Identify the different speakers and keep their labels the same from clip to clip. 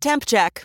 Speaker 1: Temp check.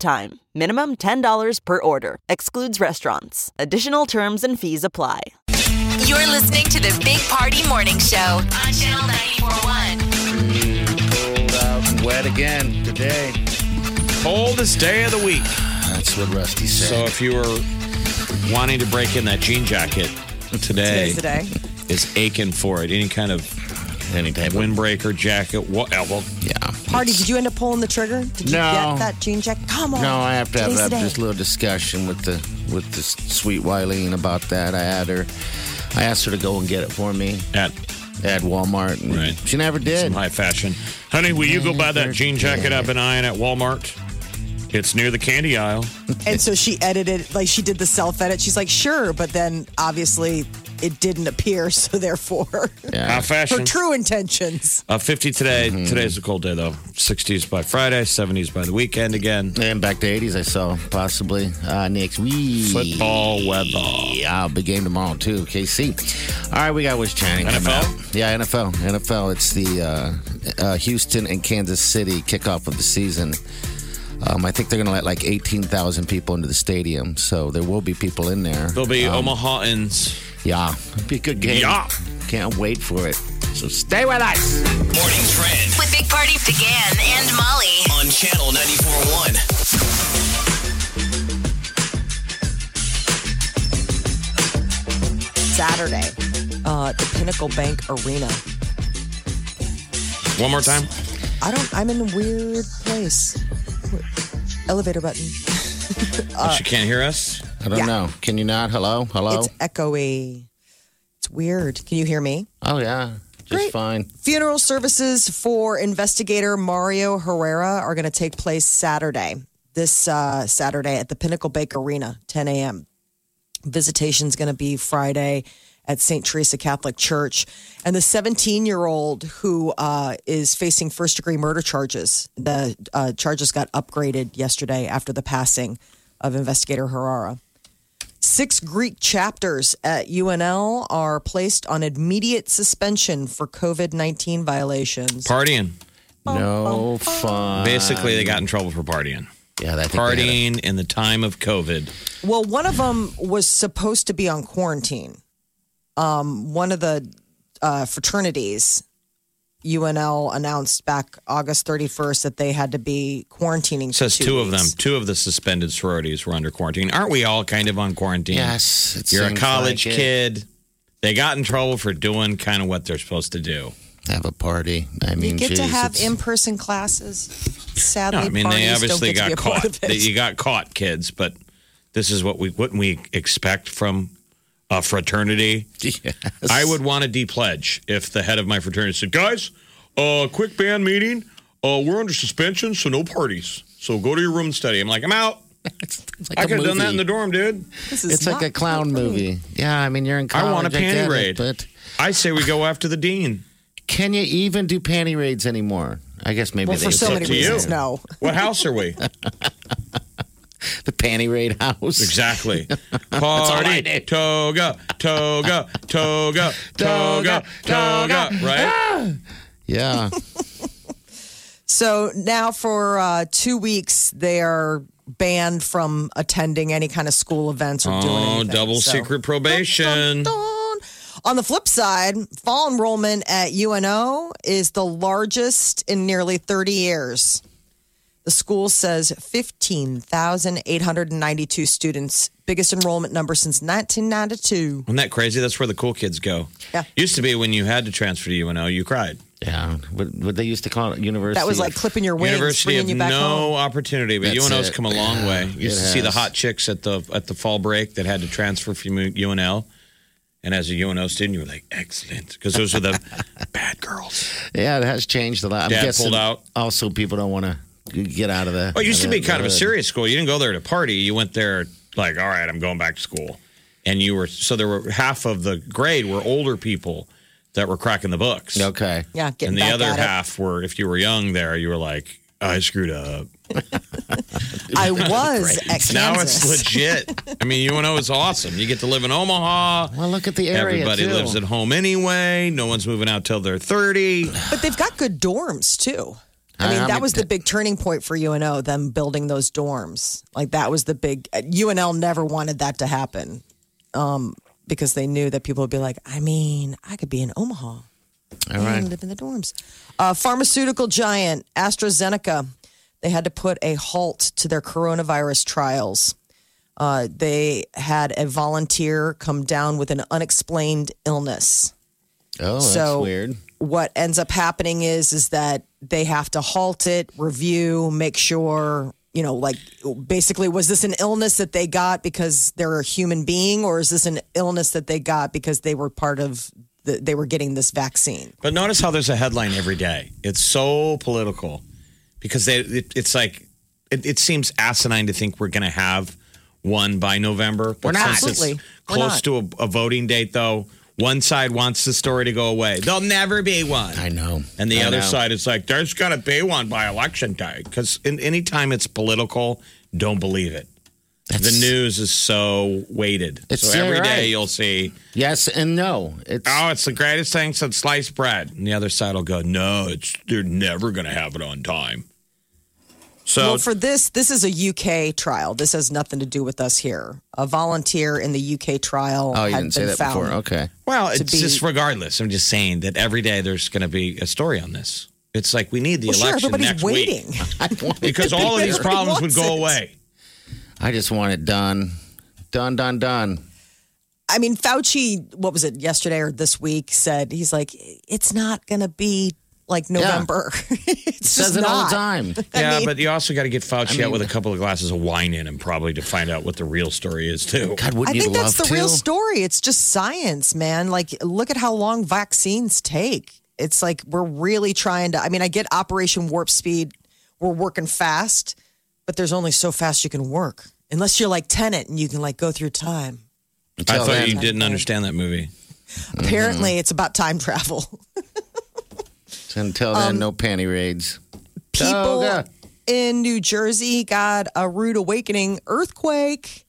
Speaker 1: time. Minimum $10 per order. Excludes restaurants. Additional terms and fees apply.
Speaker 2: You're listening to the Big Party Morning Show on Channel 941.
Speaker 3: Cold out and wet again today.
Speaker 4: Coldest day of the week.
Speaker 3: That's what Rusty
Speaker 4: So
Speaker 3: said.
Speaker 4: if you were wanting to break in that jean jacket today,
Speaker 5: Today's the day.
Speaker 4: is aching for it. Any kind of
Speaker 3: any type of
Speaker 4: windbreaker jacket, what? uh, Well,
Speaker 3: yeah.
Speaker 5: Party, did you end up pulling the trigger? Did you
Speaker 3: No.
Speaker 5: get that jean check? Come on.
Speaker 3: No, I have to have
Speaker 5: Today's
Speaker 3: that,
Speaker 5: the day.
Speaker 3: this little discussion with the with the sweet Wileen about that. I had her, I asked her to go and get it for me
Speaker 4: at
Speaker 3: at Walmart, and
Speaker 4: Right.
Speaker 3: she never did.
Speaker 4: some high fashion. Honey, will you go buy that jean jacket I've been eyeing at Walmart? It's near the candy aisle.
Speaker 5: And so she edited, like she did the self edit. She's like, sure, but then obviously it didn't appear. So therefore,
Speaker 4: High
Speaker 5: her
Speaker 4: fashion.
Speaker 5: true Mm-hmm. intentions.
Speaker 4: Uh, 50 today. Today's a cold day, though. 60s by Friday, 70s by the weekend again.
Speaker 3: And back to 80s, I saw possibly uh, next week.
Speaker 4: Football weather.
Speaker 3: Yeah, big game tomorrow too. KC. All right, we got Wish Channing. coming
Speaker 4: NFL?
Speaker 3: up. Yeah, NFL. NFL. It's the uh, uh, Houston and Kansas City kickoff of the season. Um, I think they're going to let like eighteen thousand people into the stadium, so there will be people in there.
Speaker 4: There'll be
Speaker 5: Um,
Speaker 4: Omahans.
Speaker 3: Yeah, it'll be a good game.
Speaker 4: Yeah.
Speaker 3: can't wait for it. So stay with us.
Speaker 6: Morning Trend
Speaker 2: With Big Party began and Molly.
Speaker 6: on Channel 941.
Speaker 5: Saturday, uh, at the Pinnacle Bank Arena.
Speaker 4: One more time.
Speaker 5: I don't, I'm in a weird place. Elevator button. Uh,
Speaker 4: she can't hear us.
Speaker 3: I don't
Speaker 5: Yeah.
Speaker 3: know. Can you not? Hello, hello.
Speaker 5: It's echoey. It's weird. Can you hear me?
Speaker 3: oh yeah, just
Speaker 5: Great.
Speaker 3: fine.
Speaker 5: Funeral services for investigator Mario Herrera are going to take place Saturday, this uh, Saturday at the Pinnacle Bank Arena, 10 a.m. Visitation's going to be Friday at St. Teresa Catholic Church. And the 17 year old who uh, is facing first degree murder charges, the uh, charges got upgraded yesterday after the passing of investigator Herrera. Six Greek chapters at UNL are placed on immediate suspension for COVID 19 violations.
Speaker 4: Partying.
Speaker 3: No fun.
Speaker 4: Basically, they got in trouble for partying.
Speaker 3: yeah, that
Speaker 4: Partying in the time of COVID.
Speaker 5: Well, one of them was supposed to be on quarantine. Um, one of the uh, fraternities, UNL, announced back August 31st that they had to be quarantining.
Speaker 4: It
Speaker 5: for
Speaker 4: says two, of them.
Speaker 5: weeks.
Speaker 4: Two of the suspended sororities were under quarantine. Aren't we all kind of on quarantine?
Speaker 3: Yes, it
Speaker 4: You're a
Speaker 3: seems
Speaker 4: college
Speaker 3: like it.
Speaker 4: kid. They got in trouble for doing kind of what they're supposed to do.
Speaker 3: Have a party. I mean,
Speaker 5: You get to
Speaker 3: geez,
Speaker 5: have
Speaker 3: it's-
Speaker 5: in person classes.
Speaker 4: No,
Speaker 5: Sadly,
Speaker 4: I mean they
Speaker 5: parties
Speaker 4: obviously got
Speaker 5: don't get to be a part
Speaker 4: caught.
Speaker 5: of
Speaker 4: They-
Speaker 5: it.
Speaker 4: You got caught, kids. But this is what we wouldn't we expect from a fraternity.
Speaker 3: Yes.
Speaker 4: I would want to depledge if the head of my fraternity said, "Guys, uh, quick band meeting. Uh, we're under suspension, so no parties. So go to your room and study." I'm like, I'm out.
Speaker 3: It's, it's like
Speaker 4: I
Speaker 3: a
Speaker 4: could have done that in the
Speaker 3: movie.
Speaker 4: dorm, dude.
Speaker 5: This is
Speaker 3: It's like
Speaker 5: not
Speaker 3: a clown movie. Yeah, I mean, you're in college.
Speaker 4: I want a
Speaker 3: get
Speaker 4: panty
Speaker 3: it,
Speaker 4: raid.
Speaker 3: but
Speaker 4: I say we go after the dean.
Speaker 3: can you even do panty raids anymore? I guess maybe
Speaker 5: Well,
Speaker 3: they
Speaker 5: for
Speaker 4: It's
Speaker 5: so
Speaker 4: up
Speaker 5: many
Speaker 4: to you.
Speaker 5: reasons, no.
Speaker 4: What house are we?
Speaker 3: the panty raid house.
Speaker 4: Exactly.
Speaker 3: all I
Speaker 4: Party,
Speaker 3: did.
Speaker 4: toga, toga, toga, toga, toga. Right?
Speaker 3: Yeah,
Speaker 5: So now for uh, two weeks, they are banned from attending any kind of school events or doing
Speaker 4: Oh,
Speaker 5: anything.
Speaker 4: double
Speaker 5: So-
Speaker 4: secret probation.
Speaker 5: Dun. On the flip side, fall enrollment at UNO is the largest in nearly 30 years. The school says 15,892 students, biggest enrollment number since 1992.
Speaker 4: Isn't that crazy? That's where the cool kids go.
Speaker 5: Yeah.
Speaker 4: Used to be when you had to transfer to UNO, you cried.
Speaker 3: yeah. What, what they used to call it, university.
Speaker 5: That was like clipping your wings,
Speaker 4: University
Speaker 5: bringing
Speaker 4: of
Speaker 5: you back
Speaker 4: no
Speaker 5: home.
Speaker 4: opportunity, but
Speaker 3: That's
Speaker 4: UNO's
Speaker 3: it.
Speaker 4: come a long
Speaker 3: Yeah,
Speaker 4: way. You used
Speaker 3: it
Speaker 4: to see the
Speaker 3: has.
Speaker 4: hot chicks at the at the fall break that had to transfer from UNL. And as a UNO student, you were like, excellent. Because those are the bad girls.
Speaker 3: Yeah, it has changed a lot. I'm
Speaker 4: Dad
Speaker 3: guessing
Speaker 4: pulled out.
Speaker 3: Also, people don't want to you get out of that.
Speaker 4: Well, it used to be kind of a serious school. You didn't go there to party. You went there like, all right, I'm going back to school. And you were so there were half of the grade were older people that were cracking the books.
Speaker 3: Okay.
Speaker 5: Yeah, getting
Speaker 4: and the
Speaker 5: back
Speaker 4: other
Speaker 5: at it.
Speaker 4: half were if you were young there, you were like, I screwed up.
Speaker 5: I was at Kansas.
Speaker 4: Now it's legit. I mean, UNO is awesome. You get to live in Omaha.
Speaker 3: Well, look at the area.
Speaker 4: Everybody
Speaker 3: too.
Speaker 4: lives at home anyway. No one's moving out till they're 30.
Speaker 5: But they've got good dorms too. I
Speaker 3: I-
Speaker 5: mean,
Speaker 3: I
Speaker 5: that
Speaker 3: mean,
Speaker 5: was the
Speaker 3: th-
Speaker 5: big turning point for UNO, them building those dorms. Like that was the big uh, UNL never wanted that to happen. Um, because they knew that people would be like, I mean, I could be in Omaha
Speaker 3: All right.
Speaker 5: and live in the dorms. Uh, pharmaceutical giant AstraZeneca, they had to put a halt to their coronavirus trials. Uh, they had a volunteer come down with an unexplained illness
Speaker 3: Oh, that's
Speaker 5: so
Speaker 3: weird.
Speaker 5: what ends up happening is is that they have to halt it, review, make sure you know, like basically, was this an illness that they got because they're a human being, or is this an illness that they got because they were part of the, they were getting this vaccine?
Speaker 4: But notice how there's a headline every day. It's so political because they, it, it's like it, it seems asinine to think we're going to have one by November. But
Speaker 3: We're not.
Speaker 4: since it's
Speaker 5: Absolutely. We're
Speaker 4: Close
Speaker 5: not.
Speaker 4: to a, a voting date, though. One side wants the story to go away. There'll never be one.
Speaker 3: I know.
Speaker 4: And the
Speaker 3: I
Speaker 4: other
Speaker 3: know.
Speaker 4: side is like, there's got to be one by election day. Because in, anytime it's political, don't believe it.
Speaker 3: That's-
Speaker 4: the news is so weighted.
Speaker 3: It's-
Speaker 4: so every
Speaker 3: you're
Speaker 4: day
Speaker 3: right.
Speaker 4: you'll see,
Speaker 3: Yes and no. It's
Speaker 4: oh, it's the greatest thing since sliced bread. And the other side will go, no, it's they're never going to have it on time. So
Speaker 5: Well, for this, this is a UK trial. This has nothing to do with us here. A volunteer in the UK trial
Speaker 3: oh, you
Speaker 5: had
Speaker 3: didn't say
Speaker 5: been
Speaker 3: that
Speaker 5: found.
Speaker 3: before. Okay.
Speaker 4: Well, it's
Speaker 5: be-
Speaker 4: just regardless. I'm just saying that every day there's going to be a story on this. It's like we need the
Speaker 5: Well, sure,
Speaker 4: election
Speaker 5: everybody's
Speaker 4: next
Speaker 5: waiting.
Speaker 4: week because all of these
Speaker 5: Everybody
Speaker 4: problems would
Speaker 5: wants
Speaker 4: go
Speaker 5: it.
Speaker 4: away.
Speaker 3: I just want it done, done, done, done.
Speaker 5: I mean, Fauci, what was it yesterday or this week? Said he's like, it's not going to be like November. it's
Speaker 3: Says
Speaker 5: just
Speaker 3: it all
Speaker 5: not.
Speaker 3: the time.
Speaker 4: yeah, but you also got to get Fauci out with a couple of glasses of wine in him, probably to find out what the real story is too.
Speaker 3: God, wouldn't
Speaker 5: I
Speaker 3: you
Speaker 5: think
Speaker 3: love
Speaker 5: that's the
Speaker 3: to?
Speaker 5: real story. It's just science, man. Like, look at how long vaccines take. It's like we're really trying to. I mean, I get Operation Warp Speed. We're working fast, but there's only so fast you can work. Unless you're like Tenant and you can like go through time.
Speaker 4: I
Speaker 3: Until
Speaker 4: thought
Speaker 3: then.
Speaker 4: you didn't understand that movie.
Speaker 3: Mm-hmm.
Speaker 5: Apparently, it's about time travel.
Speaker 3: Until then,
Speaker 5: um,
Speaker 3: no panty raids.
Speaker 4: Oh,
Speaker 5: people
Speaker 3: Toga.
Speaker 5: in New Jersey got a rude awakening earthquake.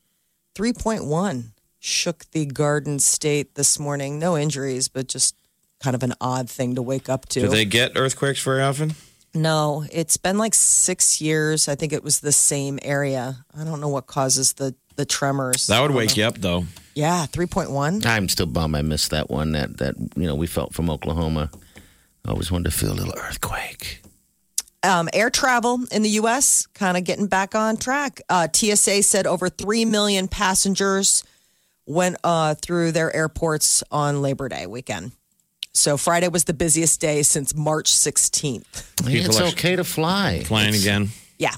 Speaker 5: 3.1 shook the Garden State this morning. No injuries, but just kind of an odd thing to wake up to.
Speaker 4: Do they get earthquakes very often?
Speaker 5: no, it's been like six years. I think it was the same area. I don't know what causes the, the tremors.
Speaker 4: That would wake you up though.
Speaker 5: yeah, 3.1.
Speaker 3: I'm still bummed I missed that one that, that you know we felt from Oklahoma. I always wanted to feel a little earthquake.
Speaker 5: um, air travel in the U.S. kind of getting back on track. Uh, TSA said over three million passengers went uh, through their airports on Labor Day weekend. So Friday was the busiest day since March 16th.
Speaker 3: Yeah, it's
Speaker 4: are
Speaker 3: okay to fly.
Speaker 4: Flying again.
Speaker 5: Yeah,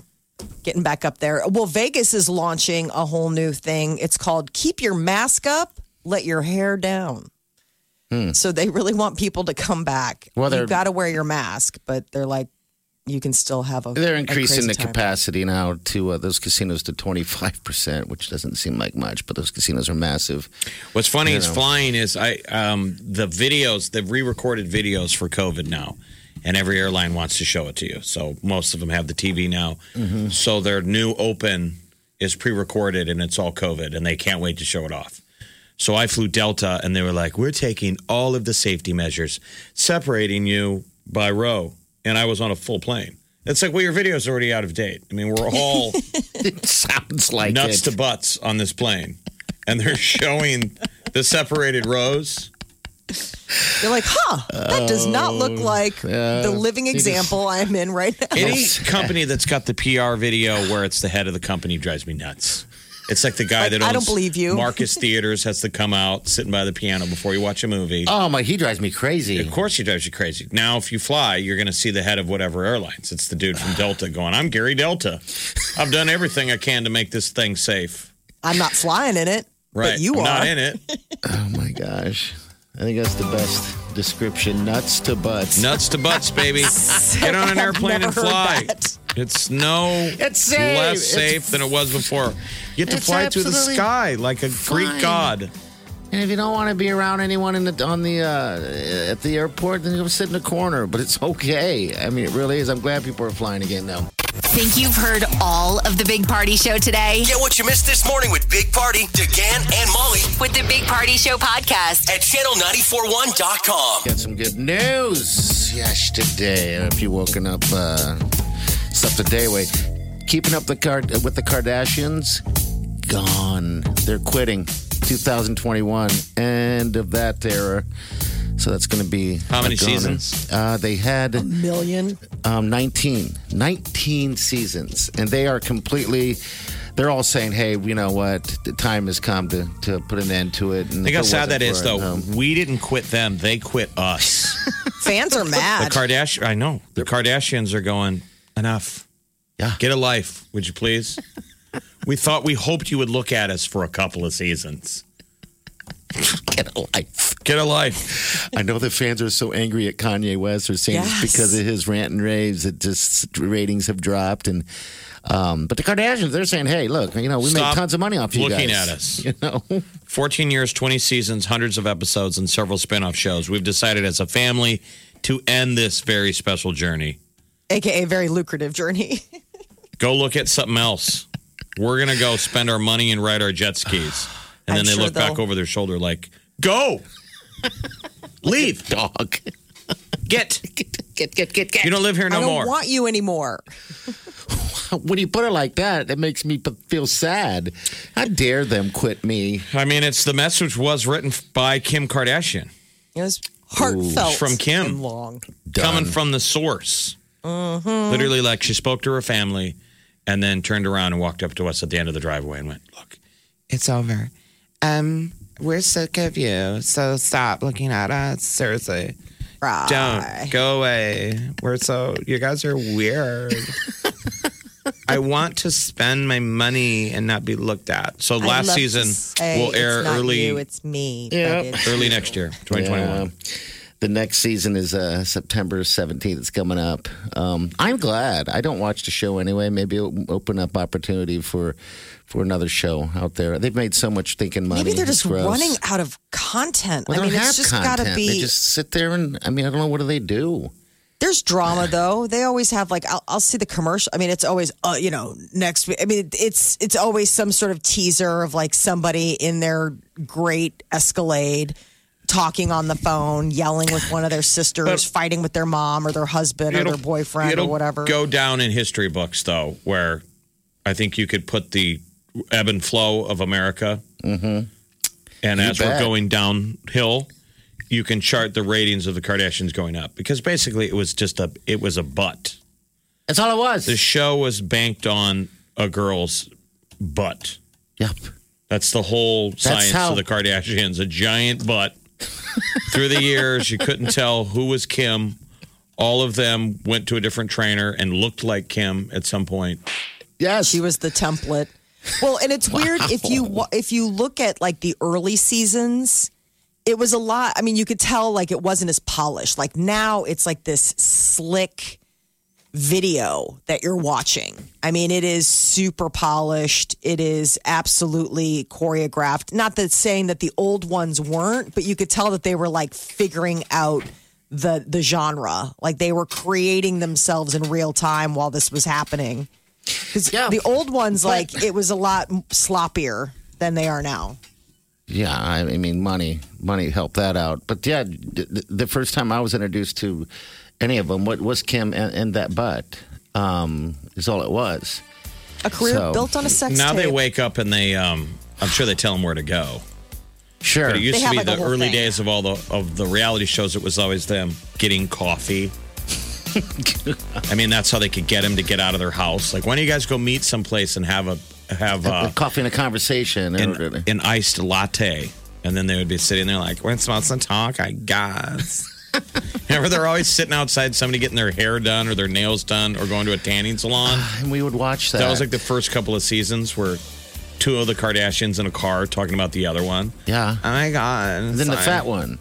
Speaker 5: getting back up there. Well, Vegas is launching a whole new thing. It's called "Keep Your Mask Up, Let Your Hair Down." So they really want people to come back.
Speaker 3: Hmm. Well,
Speaker 5: you've
Speaker 3: they're-
Speaker 5: got to wear your mask, but they're like, you can still have a.
Speaker 3: They're
Speaker 5: a
Speaker 3: increasing
Speaker 5: crazy
Speaker 3: the
Speaker 5: time.
Speaker 3: capacity now to uh, those casinos to 25%, which doesn't seem like much, but those casinos are massive.
Speaker 4: What's funny is
Speaker 3: know.
Speaker 4: flying is I um, the videos the re-recorded videos for COVID now, and every airline wants to show it to you. So most of them have the TV now. So their new open is pre-recorded and it's all COVID, and they can't wait to show it off. So I flew Delta, and they were like, "We're taking all of the safety measures, separating you by row," and I was on a full plane. It's like, well, your video's already out of date. I mean, we're all
Speaker 3: It sounds like
Speaker 4: nuts
Speaker 3: it.
Speaker 4: to butts on this plane, and they're showing the separated rows.
Speaker 5: You're like, huh, that does not
Speaker 4: Oh,
Speaker 5: look like the living
Speaker 3: just-
Speaker 5: example I'm in right now.
Speaker 4: Any company that's got the PR video where it's the head of the company drives me nuts. It's like the guy
Speaker 5: Like,
Speaker 4: that
Speaker 5: I
Speaker 4: owns
Speaker 5: don't believe you.
Speaker 4: Marcus Theaters has to come out sitting by the piano before you watch a movie.
Speaker 3: Oh, my, he drives me crazy.
Speaker 4: Of course, he drives you crazy. Now, if you fly, you're going to see the head of whatever airlines. It's the dude from Delta going, I'm Gary Delta. I've done everything I can to make this thing safe.
Speaker 5: I'm not flying in it,
Speaker 4: Right.
Speaker 5: but you
Speaker 4: I'm
Speaker 5: are.
Speaker 4: not in it.
Speaker 3: Oh, my gosh. I think that's the best description nuts to butts.
Speaker 4: Nuts to butts, baby. Get on an airplane and
Speaker 5: Never heard
Speaker 4: fly.
Speaker 5: that.
Speaker 4: It's no
Speaker 3: It's safe.
Speaker 4: less
Speaker 3: It's-
Speaker 4: safe than it was before. You get to
Speaker 3: It's
Speaker 4: fly through the
Speaker 3: absolutely
Speaker 4: sky like a Greek
Speaker 3: fine.
Speaker 4: god.
Speaker 3: And if you don't want to be around anyone in the on the uh, at the airport, then you go sit in a corner. But it's okay. I mean, it really is. I'm glad people are flying again now.
Speaker 2: Think you've heard all of the Big Party Show today?
Speaker 6: Get what you missed this morning with Big Party, DeGan, and Molly
Speaker 2: With the Big Party Show podcast.
Speaker 6: at channel941.com.
Speaker 3: Got some good news yesterday. If you woken up, uh, stuff the day way. Keeping up the card uh, with the Kardashians, gone. They're quitting. 2021, end of that era. So that's going to be
Speaker 4: How many
Speaker 3: a goner.
Speaker 4: seasons?
Speaker 3: Uh, they had
Speaker 5: Million.
Speaker 3: um, 19 19 seasons and they are completely they're all saying hey you know what the time has come to, to put an end to it and
Speaker 4: Think how
Speaker 3: if it
Speaker 4: sad
Speaker 3: wasn't
Speaker 4: that is,
Speaker 3: for it,
Speaker 4: though.
Speaker 3: um,
Speaker 4: We didn't quit them; they quit us.
Speaker 5: Fans are
Speaker 4: The
Speaker 5: mad.
Speaker 4: Kardashian, I know. The Kardashians are going enough.
Speaker 3: Yeah.
Speaker 4: get a life, would you please? we thought, we hoped you would look at us for a couple of seasons.
Speaker 3: get a life
Speaker 4: Get a life.
Speaker 3: i know the fans are so angry at kanye west they're saying it's
Speaker 5: Yes.
Speaker 3: because of his rant and raves it just ratings have dropped and um, but the kardashians they're saying hey look you know we make
Speaker 4: Stop
Speaker 3: tons of money off you
Speaker 4: looking
Speaker 3: guys.
Speaker 4: at us.
Speaker 3: you know
Speaker 4: 14 years, 20 seasons, hundreds of episodes, and several spin off shows. We've decided as a family to end this very special journey.
Speaker 5: AKA very lucrative journey.
Speaker 4: Go look at something else. We're going to go spend our money and ride our jet skis. And then
Speaker 5: I'm
Speaker 4: they
Speaker 5: sure
Speaker 4: look back
Speaker 5: they'll-
Speaker 4: over their shoulder like, go, leave,
Speaker 3: dog
Speaker 4: get.
Speaker 3: get get get get
Speaker 4: You don't live here no
Speaker 5: I don't
Speaker 4: more.
Speaker 5: want you anymore.
Speaker 3: when you put it like that it makes me p- feel sad i dare them quit me
Speaker 4: I mean, it's the message was written by Kim Kardashian,
Speaker 5: It was heartfelt.
Speaker 4: from Kim.
Speaker 5: and long.
Speaker 4: coming from the source.
Speaker 5: Mm-hmm.
Speaker 4: Literally, like she spoke to her family and then turned around and walked up to us at the end of the driveway and went, Look,
Speaker 7: it's over. Um, we're sick of you, so stop looking at us. Seriously,
Speaker 5: Right.
Speaker 7: don't go away. We're so you guys are weird. I want to spend my money and not be looked at.
Speaker 4: so
Speaker 5: I'd
Speaker 4: last
Speaker 5: love to
Speaker 4: season
Speaker 5: say
Speaker 4: will air
Speaker 5: it's not
Speaker 4: early
Speaker 5: You, it's me. but
Speaker 3: Yeah.
Speaker 5: it's-
Speaker 4: early next year, 2021.
Speaker 3: Yeah. Um, The next season is uh, September 17th. It's coming up. Um, I'm glad. I don't watch the show anyway. Maybe it'll open up opportunity for for another show out there. They've made so much thinking money.
Speaker 5: Maybe they're
Speaker 3: It's
Speaker 5: just
Speaker 3: gross.
Speaker 5: running out of content.
Speaker 3: Well,
Speaker 5: I
Speaker 3: they
Speaker 5: mean,
Speaker 3: don't have
Speaker 5: it's just
Speaker 3: content.
Speaker 5: gotta be.
Speaker 3: They just sit there and, I mean, I don't know, what do they do?
Speaker 5: There's drama though. They always have like I'll, I'll see the commercial. I mean, it's always uh, you know next week. I mean, it's it's always some sort of teaser of like somebody in their great Escalade talking on the phone, yelling with one of their sisters, fighting with their mom or their husband or their boyfriend or
Speaker 4: it'll
Speaker 5: whatever.
Speaker 4: Go down in history books, though, where I think you could put the ebb and flow of America. Mm-hmm. And as
Speaker 3: bet.
Speaker 4: we're going downhill, you can chart the ratings of the Kardashians going up because basically it was just a it was a butt.
Speaker 3: That's all it
Speaker 4: The
Speaker 3: was.
Speaker 4: show was banked on a girl's butt.
Speaker 3: Yep.
Speaker 4: That's the whole science
Speaker 3: how-
Speaker 4: of the Kardashians. A giant butt. Through the years, you couldn't tell who was Kim. All of them went to a different trainer and looked like Kim at some point.
Speaker 3: Yes.
Speaker 5: She was the template. Well, and it's weird if you wa- if you look at like the early seasons, it was a lot. I mean, you could tell like it wasn't as polished. Like now, it's like this slick video that you're watching. I mean, it is super polished. It is absolutely choreographed. Not that saying that the old ones weren't, but you could tell that they were like figuring out the the genre. Like they were creating themselves in real time while this was happening. Because
Speaker 3: Yeah.
Speaker 5: the old ones, like it was a lot sloppier than they are now.
Speaker 3: Yeah, I I mean, money, money helped that out. But yeah, th- th- the first time I was introduced to any of them, what was Kim and, and that butt? Um, is all it was.
Speaker 5: A career
Speaker 3: So-
Speaker 5: built on a sex
Speaker 4: now they
Speaker 5: tape.
Speaker 4: wake up and they, um, I'm sure they tell them where to go.
Speaker 3: Sure.
Speaker 4: But it used
Speaker 5: They
Speaker 4: to
Speaker 5: have,
Speaker 4: be
Speaker 5: like, a
Speaker 4: the
Speaker 5: whole
Speaker 4: early
Speaker 5: thing.
Speaker 4: days of all the of the reality shows. It was always them getting coffee. I mean, that's how they could get them to get out of their house. Like, why don't you guys go meet someplace and have a have uh,
Speaker 3: a
Speaker 4: a,
Speaker 3: coffee and a conversation.
Speaker 5: Oh,
Speaker 4: an, an iced latte. And then they would be sitting there like, when smells and talk, I
Speaker 7: Oh
Speaker 4: guess. Remember, they're always sitting outside somebody getting their hair done or their nails done or going to a tanning salon.
Speaker 3: and we would watch that.
Speaker 4: That was like the first couple of seasons where two of the Kardashians in a car talking about the other one.
Speaker 3: yeah.
Speaker 7: Oh my god!
Speaker 3: And then the
Speaker 7: sorry.
Speaker 3: fat one.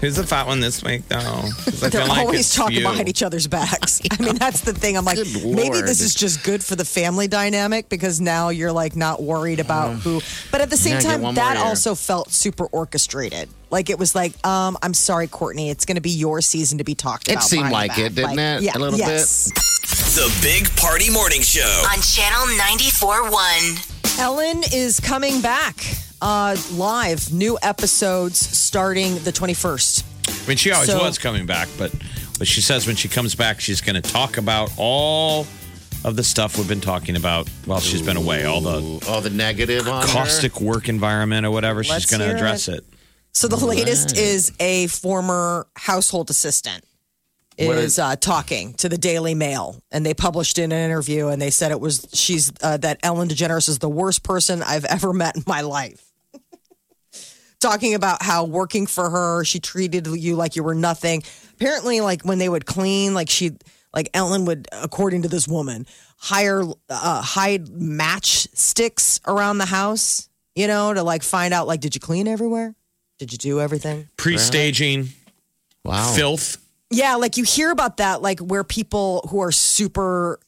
Speaker 7: Who's the fat one this week, though? 'Cause I
Speaker 5: They're
Speaker 7: feel like
Speaker 5: always
Speaker 7: it's
Speaker 5: talking
Speaker 7: you.
Speaker 5: behind each other's backs. I mean, that's the thing. I'm like,
Speaker 3: Good
Speaker 5: maybe
Speaker 3: Lord.
Speaker 5: this is just good for the family dynamic because now you're like not worried about who. But at the same
Speaker 3: Uh, Yeah, get
Speaker 5: time,
Speaker 3: one
Speaker 5: that
Speaker 3: more year.
Speaker 5: also felt super orchestrated. Like it was like, um, I'm sorry, Courtney, it's going to be your season to be talked
Speaker 3: It
Speaker 5: about.
Speaker 3: seemed
Speaker 5: behind
Speaker 3: like
Speaker 5: the
Speaker 3: it,
Speaker 5: back.
Speaker 3: didn't it? A
Speaker 5: Yeah,
Speaker 3: little
Speaker 5: yes. bit.
Speaker 6: The Big Party Morning Show.
Speaker 2: on Channel 94.1.
Speaker 5: Ellen is coming back uh, live. New episodes starting the 21st.
Speaker 4: I mean, she always
Speaker 5: So-
Speaker 4: was coming back, but but she says when she comes back, she's going to talk about all of the stuff we've been talking about while she's been away, all the
Speaker 3: All the negative on her.
Speaker 4: caustic work environment or whatever.
Speaker 5: Let's
Speaker 4: she's going to
Speaker 5: hear
Speaker 4: address it.
Speaker 5: So the latest is a former household assistant
Speaker 3: What
Speaker 5: is uh, talking to the Daily Mail, and they published in an interview, and they said it was she's uh, that Ellen DeGeneres is the worst person I've ever met in my life. talking about how working for her, she treated you like you were nothing. Apparently, like when they would clean, like she, like Ellen would, according to this woman, hire uh, hide match sticks around the house, you know, to like find out, like, did you clean everywhere? Did you do everything?
Speaker 4: Pre-staging,
Speaker 5: Oh.
Speaker 3: Wow.
Speaker 4: filth.
Speaker 5: Yeah, like you hear about that, like where people who are super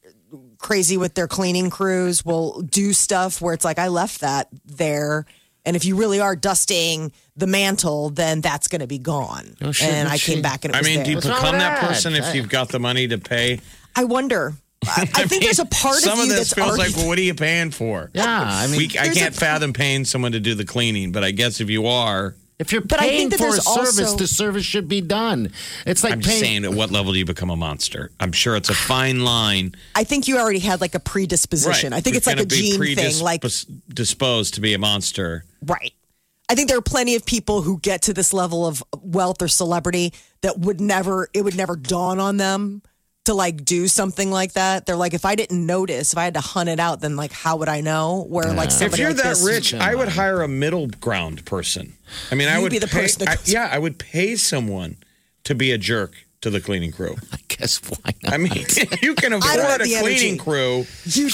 Speaker 5: crazy with their cleaning crews will do stuff where it's like, I left that there. And if you really are dusting the mantle, then that's going to be gone.
Speaker 3: Oh, shit,
Speaker 5: and I
Speaker 3: she-
Speaker 5: came back and it
Speaker 4: I
Speaker 5: was
Speaker 4: mean,
Speaker 5: there.
Speaker 4: do you
Speaker 3: What's wrong
Speaker 4: become
Speaker 3: with
Speaker 4: that
Speaker 3: that?
Speaker 4: person if
Speaker 3: Hey.
Speaker 4: you've got the money to pay?
Speaker 5: I wonder. I, I think there's a part
Speaker 4: Some
Speaker 5: of
Speaker 4: of
Speaker 5: you
Speaker 4: this
Speaker 5: that's
Speaker 4: feels
Speaker 5: already
Speaker 4: like, well, what are you paying for?
Speaker 3: Yeah, I mean,
Speaker 4: we, I
Speaker 5: There's
Speaker 4: can't
Speaker 5: a-
Speaker 4: fathom paying someone to do the cleaning, but I guess if you are,
Speaker 3: if you're
Speaker 5: But I
Speaker 3: paying
Speaker 5: think that
Speaker 3: for a
Speaker 5: there's
Speaker 3: service,
Speaker 5: also-
Speaker 3: the service should be done. It's like
Speaker 4: I'm just
Speaker 3: paying.
Speaker 4: saying, at what level do you become a monster? I'm sure it's a fine line.
Speaker 5: I think you already had like a predisposition. I think
Speaker 4: You're
Speaker 5: it's like a
Speaker 4: gonna be
Speaker 5: gene thing. Like
Speaker 4: predispos- disposed to be a monster.
Speaker 5: Right. I think there are plenty of people who get to this level of wealth or celebrity that would never, it would never dawn on them to like do something like that. They're like, if I didn't notice, if I had to hunt it out, then like, how would I know? Where like
Speaker 4: If
Speaker 5: somebody
Speaker 4: you're
Speaker 5: like
Speaker 4: that
Speaker 5: this-
Speaker 4: rich, I would hire a middle ground person. I mean, I
Speaker 5: You'd
Speaker 4: would
Speaker 5: be the
Speaker 4: pay,
Speaker 5: person that
Speaker 4: I-
Speaker 5: goes-
Speaker 4: yeah, I would pay someone to be a jerk to the cleaning crew.
Speaker 3: I guess why not?
Speaker 4: I mean, you can
Speaker 5: I don't have
Speaker 4: afford a
Speaker 5: the energy.
Speaker 4: cleaning crew.
Speaker 5: You,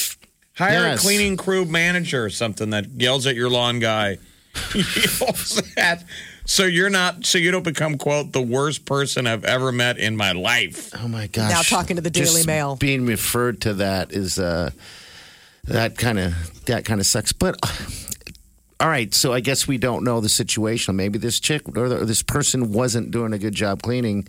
Speaker 4: Hire
Speaker 3: Yes.
Speaker 4: a cleaning crew manager or something that yells at your lawn guy. yells at, so you're not. So you don't become quote the worst person I've ever met in my life.
Speaker 3: oh my gosh!
Speaker 5: Now talking to the Daily
Speaker 3: Just
Speaker 5: Mail.
Speaker 3: being referred to that is uh, that kind of that kind of sucks. But uh, all right, so I guess we don't know the situation. Maybe this chick or, the, or this person wasn't doing a good job cleaning.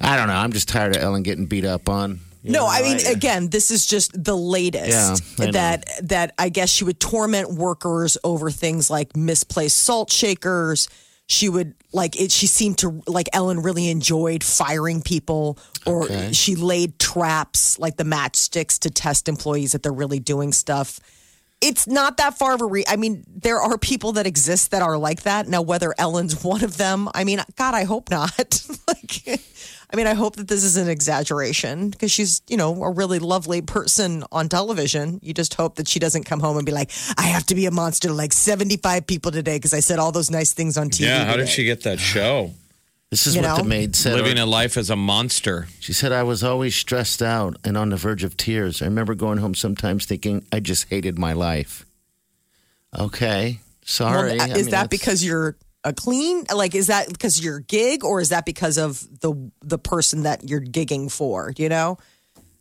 Speaker 3: I don't know. I'm just tired of Ellen getting beat up on. You
Speaker 5: no,
Speaker 3: know,
Speaker 5: I mean, uh, again, this is just the latest
Speaker 3: Yeah, I know.
Speaker 5: that that I guess she would torment workers over things like misplaced salt shakers. She would like it. She seemed to like Ellen really enjoyed firing people, or she laid traps like the matchsticks to test employees that they're really doing stuff. It's not that far of a re. I mean, there are people that exist that are like that. Now, whether Ellen's one of them, I mean, God, I hope not. like, I mean, I hope that this is an exaggeration because she's, you know, a really lovely person on television. You just hope that she doesn't come home and be like, I have to be a monster to like 75 people today because I said all those nice things on TV.
Speaker 4: Yeah, how did
Speaker 5: today."
Speaker 4: she get that show?
Speaker 3: this is
Speaker 5: you
Speaker 3: what the
Speaker 5: know?
Speaker 3: maid said.
Speaker 4: Living a life as a monster.
Speaker 3: She said, I was always stressed out and on the verge of tears. I remember going home sometimes thinking, I just hated my life. Okay.
Speaker 5: Well, uh,
Speaker 3: Sorry. I
Speaker 5: is
Speaker 3: mean,
Speaker 5: that
Speaker 3: that's-
Speaker 5: because you're a clean? Like, is that because of your gig, or is that because of the the person that you're gigging for? You know,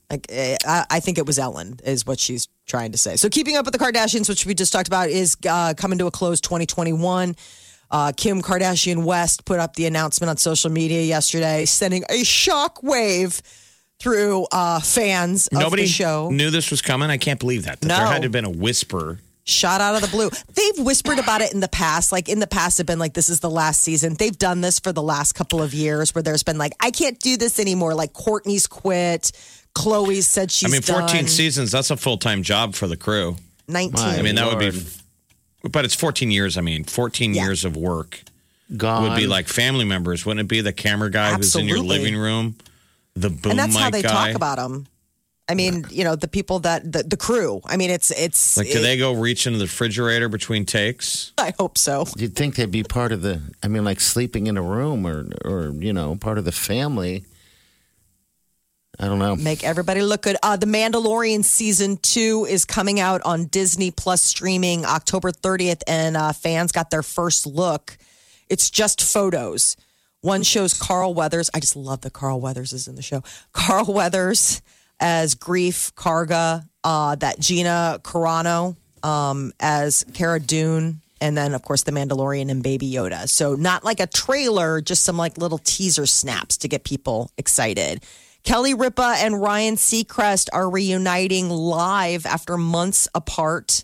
Speaker 5: like eh, I, I think it was Ellen is what she's trying to say. So, keeping up with the Kardashians, which we just talked about, is uh, coming to a close 2021. Uh, Kim Kardashian West put up the announcement on social media yesterday, sending a shock wave through uh, fans
Speaker 4: Nobody
Speaker 5: of the show.
Speaker 4: knew this was coming. I can't believe that. that
Speaker 5: No.
Speaker 4: There had to have been a whisper.
Speaker 5: shot out of the blue. They've whispered about it in the past. Like in the past, have been like, this is the last season. They've done this for the last couple of years where there's been like, I can't do this anymore. Like Courtney's quit. Chloe's said
Speaker 4: I
Speaker 5: she's
Speaker 4: mean, 14
Speaker 5: done.
Speaker 4: seasons, that's a full time job for the crew.
Speaker 5: 19.
Speaker 4: I mean, that would
Speaker 3: Lord.
Speaker 4: be, but it's 14 years. I mean, 14
Speaker 5: Yeah.
Speaker 4: years of work
Speaker 3: gone?
Speaker 4: would be like family members. Wouldn't it be the camera guy who's in your
Speaker 5: Absolutely.
Speaker 4: living room? The boom
Speaker 5: and that's
Speaker 4: mic
Speaker 5: how they
Speaker 4: guy?
Speaker 5: talk about them. I mean, you know, the people that the, the crew. I mean, it's it's.
Speaker 4: Like, do they go reach into the refrigerator between takes?
Speaker 5: I hope so.
Speaker 3: You'd think they'd be part of the, I mean, like sleeping in a room or, or you know, part of the family. I don't know.
Speaker 5: Make everybody look good. Uh, the Mandalorian season two is coming out on Disney Plus streaming October 30th, and uh, fans got their first look. It's just photos, One shows Carl Weathers. I just love that Carl Weathers is in the show. Carl Weathers as Grief Karga, uh, that Gina Carano um, as Cara Dune, and then of course the Mandalorian and Baby Yoda. So not like a trailer, just some like little teaser snaps to get people excited. Kelly Ripa and Ryan Seacrest are reuniting live after months apart.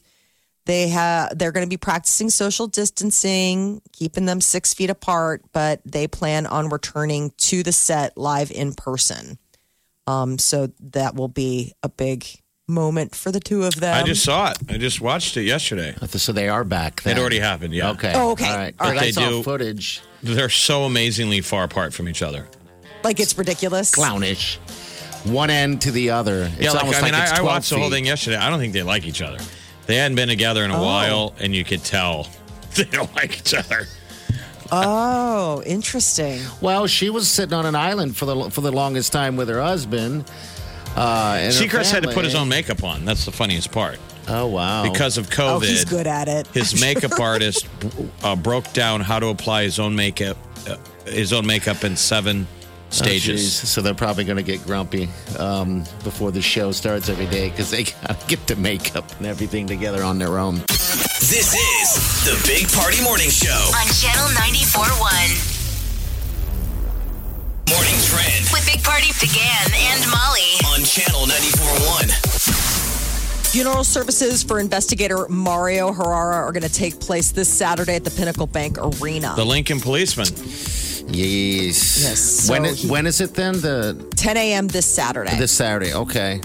Speaker 5: They have they're going to be practicing social distancing, keeping them six feet apart, but they plan on returning to the set live in person. Um, so that will be a big moment for the two of them.
Speaker 4: I just saw it. I just watched it yesterday.
Speaker 3: So they are back. Then.
Speaker 4: It already happened. Yeah.
Speaker 3: Okay.
Speaker 5: Oh, okay.
Speaker 3: All right.
Speaker 5: All
Speaker 3: But I
Speaker 4: right.
Speaker 3: saw
Speaker 4: They do-
Speaker 3: footage.
Speaker 4: They're so amazingly far apart from each other.
Speaker 5: like it's ridiculous.
Speaker 3: Clownish. One end to the other. It's
Speaker 4: yeah, like,
Speaker 3: almost
Speaker 4: I mean,
Speaker 3: it's
Speaker 4: I, I
Speaker 3: 12
Speaker 4: watched the whole
Speaker 3: feet.
Speaker 4: thing yesterday. I don't think they like each other. They hadn't been together in a while, and you could tell they don't like each other.
Speaker 5: Oh, interesting.
Speaker 3: Well, she was sitting on an island for the for the longest time with her husband. Uh, and her
Speaker 4: Seacrest had to put his own
Speaker 3: family.
Speaker 4: makeup on. That's the funniest part
Speaker 3: Oh wow!
Speaker 4: because of COVID.
Speaker 5: Oh, he's good at it.
Speaker 4: his makeup artist uh, broke down how to apply his own makeup, uh, his own makeup in seven
Speaker 3: Oh,
Speaker 4: stages.
Speaker 3: jeez. so they're probably going to get grumpy um, before the show starts every day because they got to get the makeup and everything together on their own.
Speaker 6: This is the Big Party Morning Show.
Speaker 2: on Channel 941
Speaker 6: Morning Trend
Speaker 2: with Big Party began and Molly.
Speaker 6: on Channel 94.1.
Speaker 5: Funeral services for investigator Mario Herrera are going to take place this Saturday at the Pinnacle Bank Arena.
Speaker 4: The Lincoln policeman.
Speaker 3: Yes.
Speaker 5: Yes, so
Speaker 3: when it,
Speaker 5: he-
Speaker 3: when is it then? The
Speaker 5: 10 a.m. this Saturday.
Speaker 3: this Saturday. Okay.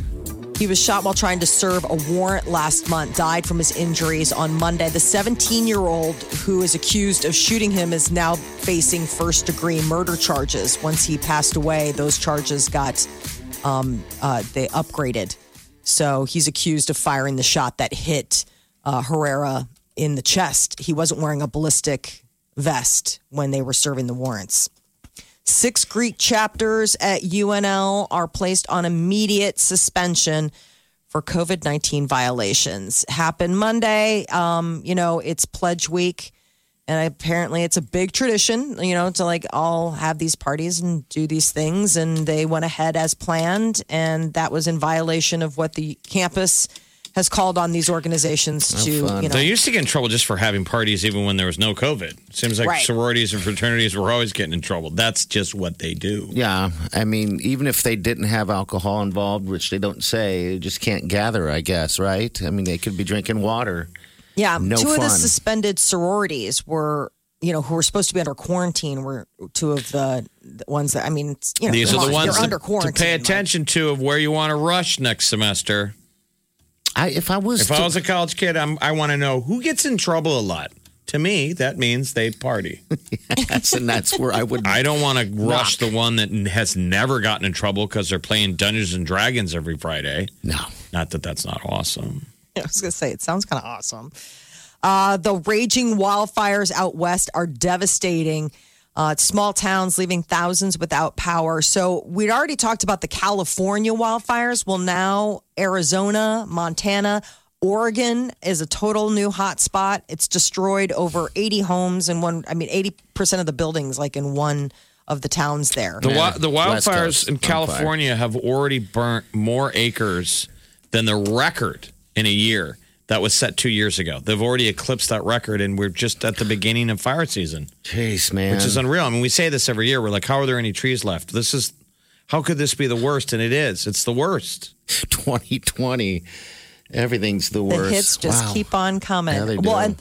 Speaker 5: He was shot while trying to serve a warrant last month, died from his injuries on Monday. The 17 year old who is accused of shooting him is now facing first degree murder charges. Once he passed away, those charges got, um, uh, they upgraded. So he's accused of firing the shot that hit uh, Herrera in the chest. He wasn't wearing a ballistic vest when they were serving the warrants. Six Greek chapters at UNL are placed on immediate suspension for COVID 19 violations. Happened Monday. Um, you know, it's pledge week. And apparently, it's a big tradition, you know, to like all have these parties and do these things. And they went ahead as planned. And that was in violation of what the campus has called on these organizations to, you know,
Speaker 4: They used to get in trouble just for having parties, even when there was no COVID. Seems like
Speaker 5: Right.
Speaker 4: sororities and fraternities were always getting in trouble. That's just what they do.
Speaker 3: Yeah. I mean, even if they didn't have alcohol involved, which they don't say, you just can't gather. I guess. Right. I mean, they could be drinking water.
Speaker 5: Yeah,
Speaker 3: No
Speaker 5: two of the
Speaker 3: fun.
Speaker 5: suspended sororities were, you know, who were supposed to be under quarantine were two of the, the ones that I mean, it's, you know,
Speaker 4: These
Speaker 5: come
Speaker 4: are the ones
Speaker 5: on, they're
Speaker 4: to,
Speaker 5: under quarantine.
Speaker 4: to pay
Speaker 5: Mike.
Speaker 4: attention to of where you want to rush next semester.
Speaker 3: I if I was
Speaker 4: If
Speaker 3: to-
Speaker 4: I was a college kid, I'm, I want to know who gets in trouble a lot. To me, that means they party.
Speaker 3: and that's where I would.
Speaker 4: I don't want to rush the one that n- has never gotten in trouble because they're playing Dungeons and Dragons every Friday.
Speaker 3: no.
Speaker 4: Not that that's not awesome.
Speaker 5: I was going to say, it sounds kind of awesome. Uh, the raging wildfires out west are devastating. Uh, it's small towns leaving thousands without power. So we'd already talked about the California wildfires. Well, now Arizona, Montana, Oregon is a total new hotspot. It's destroyed over 80 homes and one, I mean, 80% of the buildings, like in one of the towns there.
Speaker 4: The,
Speaker 3: Yeah,
Speaker 4: wi- the
Speaker 3: West
Speaker 4: wildfires
Speaker 3: Coast
Speaker 4: in
Speaker 3: on fire.
Speaker 4: California have already burnt more acres than the record in a year that was set two years ago. They've already eclipsed that record, and we're just at the beginning of fire season,
Speaker 3: Jeez, man.
Speaker 4: which is unreal. I mean, we say this every year. We're like, how are there any trees left? This is, how could this be the worst? And it is. It's the worst.
Speaker 3: 2020. Everything's the
Speaker 5: the
Speaker 3: worst.
Speaker 5: hits just
Speaker 3: Wow.
Speaker 5: keep on coming.
Speaker 3: Yeah, they
Speaker 5: Well,
Speaker 3: do.
Speaker 5: and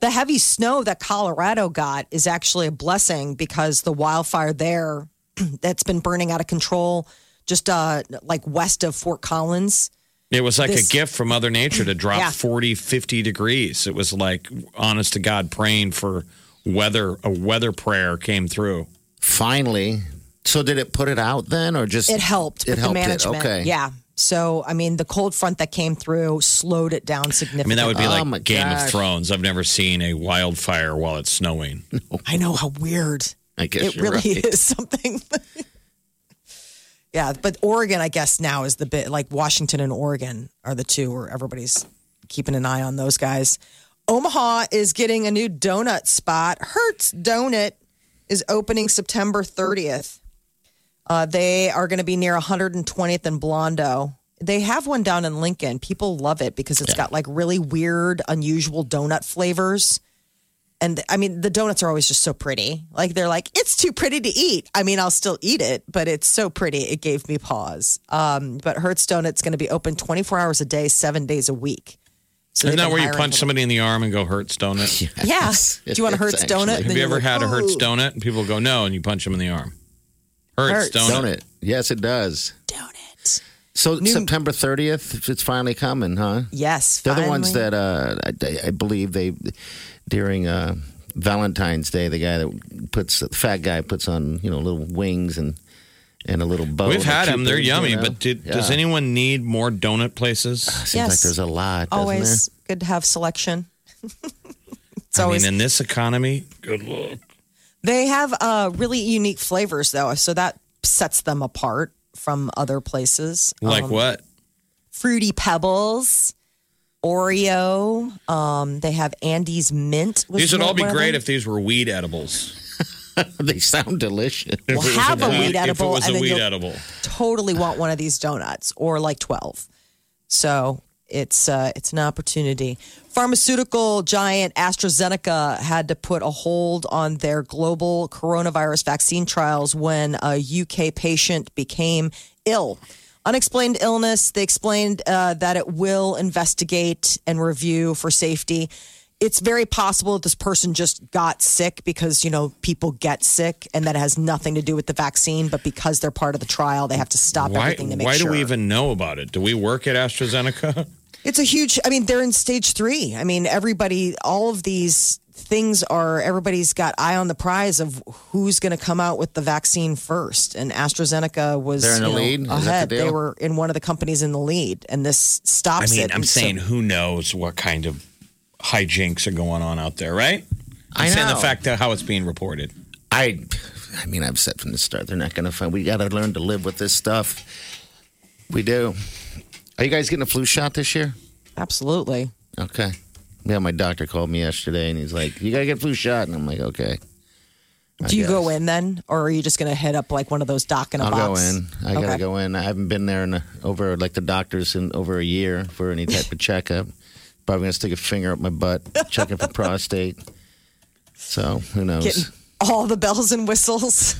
Speaker 5: the heavy snow that Colorado got is actually a blessing because the wildfire there that's been burning out of control just uh, like west of Fort Collins.
Speaker 4: It was like
Speaker 5: This-
Speaker 4: a gift from Mother Nature to drop
Speaker 5: Yeah.
Speaker 4: 40, 50 degrees. It was like, honest to God, praying for weather. A weather prayer came through.
Speaker 3: Finally. So did it put it out then, or just
Speaker 5: It helped
Speaker 3: It
Speaker 5: with
Speaker 3: helped
Speaker 5: the management.
Speaker 3: It. Okay.
Speaker 5: Yeah. So, I mean, the cold front that came through slowed it down
Speaker 4: I mean,
Speaker 5: significantly.
Speaker 4: that would be
Speaker 3: Oh my
Speaker 4: like Game
Speaker 3: gosh.
Speaker 4: of Thrones. I've never seen a wildfire while it's snowing.
Speaker 5: I know how weird.
Speaker 3: I guess
Speaker 5: It
Speaker 3: you're
Speaker 5: really
Speaker 3: right.
Speaker 5: is something. yeah, but Oregon, I guess now is the bit like Washington and Oregon are the two where everybody's keeping an eye on those guys. Omaha is getting a new donut spot. Hertz Donut is opening September 30th. Uh, they are going to be near 120th and Blondo. They have one down in Lincoln. People love it because it's got like really weird, unusual donut flavors. And I mean, the donuts are always just so pretty. Like they're like, it's too pretty to eat. I mean, I'll still eat it, but it's so pretty. It gave me pause. Um, but Hertz Donut's going to be open 24 hours a day, seven days a week. So
Speaker 4: Isn't
Speaker 5: they've
Speaker 4: that
Speaker 5: been
Speaker 4: where you
Speaker 5: hiring
Speaker 4: punch
Speaker 5: people.
Speaker 4: somebody in the arm and go Hertz donut?
Speaker 5: Yeah. Do you want a
Speaker 3: It's
Speaker 5: Hertz
Speaker 3: actually-
Speaker 5: donut? Then
Speaker 4: Have you
Speaker 5: you're
Speaker 4: ever
Speaker 5: like,
Speaker 4: had a Hertz
Speaker 5: "Ooh,
Speaker 4: donut? And people go, no, and you punch them in the arm. Hertz,
Speaker 5: Hertz.
Speaker 4: donut.
Speaker 3: Donut. Yes, it does.
Speaker 5: Donut.
Speaker 3: So September 30th, it's finally coming, huh?
Speaker 5: Yes.
Speaker 3: They're the ones
Speaker 5: finally.
Speaker 3: that uh, I, I believe they during uh, Valentine's Day. The guy that puts the fat guy puts on you know little wings and and a little bow.
Speaker 4: We've had
Speaker 3: Cupid,
Speaker 4: them. They're
Speaker 3: Oh, you
Speaker 4: yummy,
Speaker 3: know?
Speaker 4: but did, does
Speaker 3: Yeah.
Speaker 4: anyone need more donut places?
Speaker 3: Seems like
Speaker 5: Yes.
Speaker 3: there's a lot. doesn't
Speaker 5: always good to have selection. it's
Speaker 4: I
Speaker 5: always
Speaker 4: mean, in this economy, good luck.
Speaker 5: they have uh, really unique flavors though, so that sets them apart from other places.
Speaker 4: Like
Speaker 5: Um,
Speaker 4: what?
Speaker 5: Fruity Pebbles, Oreo. Um, they should Andy's Mint. was
Speaker 4: These would all be
Speaker 5: one of
Speaker 4: great
Speaker 5: them.
Speaker 4: if these were weed edibles.
Speaker 3: there? they sound delicious.
Speaker 5: Well, have a weed
Speaker 4: If it
Speaker 5: edible,
Speaker 4: was
Speaker 5: and
Speaker 4: a
Speaker 5: then
Speaker 4: weed
Speaker 5: you'll
Speaker 4: edible.
Speaker 5: totally want one of these donuts or like 12. So it's uh, it's an opportunity. Pharmaceutical giant AstraZeneca had to put a hold on their global coronavirus vaccine trials when a UK patient became ill. Unexplained illness. They explained uh, that it will investigate and review for safety. It's very possible that this person just got sick because you know people get sick, and that has nothing to do with the vaccine. But because they're part of the trial, they have to stop
Speaker 4: Why,
Speaker 5: everything to make
Speaker 4: why
Speaker 5: sure.
Speaker 4: do we even know about it? Do we work at AstraZeneca?
Speaker 5: It's a huge. I mean, they're in stage three. I mean, everybody, all of these things are. Everybody's got eye on the prize of who's going to come out with the vaccine first. And AstraZeneca was
Speaker 3: They're in the
Speaker 5: you know,
Speaker 3: lead? Is that the
Speaker 5: ahead.
Speaker 3: deal?
Speaker 5: They were in one of the companies in the lead, and this
Speaker 4: I
Speaker 5: stops
Speaker 4: mean,
Speaker 5: it.
Speaker 4: I'm
Speaker 5: And so-
Speaker 4: saying who knows what kind of hijinks are going on out there, right? I'm
Speaker 3: I
Speaker 4: saying the
Speaker 3: know.
Speaker 4: fact that how it's being reported.
Speaker 3: I, I mean, I've said from the start, they're not going to find. We got to learn to live with this stuff. We do. Are you guys getting a flu shot this year?
Speaker 5: absolutely.
Speaker 3: Okay. Yeah, my doctor called me yesterday and he's like, "You got to get a flu shot," and I'm like, "Okay." I
Speaker 5: Do you
Speaker 3: guess.
Speaker 5: go in then, or are you just going to hit up like one of those dock in a
Speaker 3: I'll go
Speaker 5: box?
Speaker 3: in. I gotta
Speaker 5: Okay.
Speaker 3: go in. I haven't been there in a, over like the doctors in over a year for any type of checkup. Probably gonna stick a finger up my butt, checking for prostate. So who knows?
Speaker 5: Getting all the bells and whistles.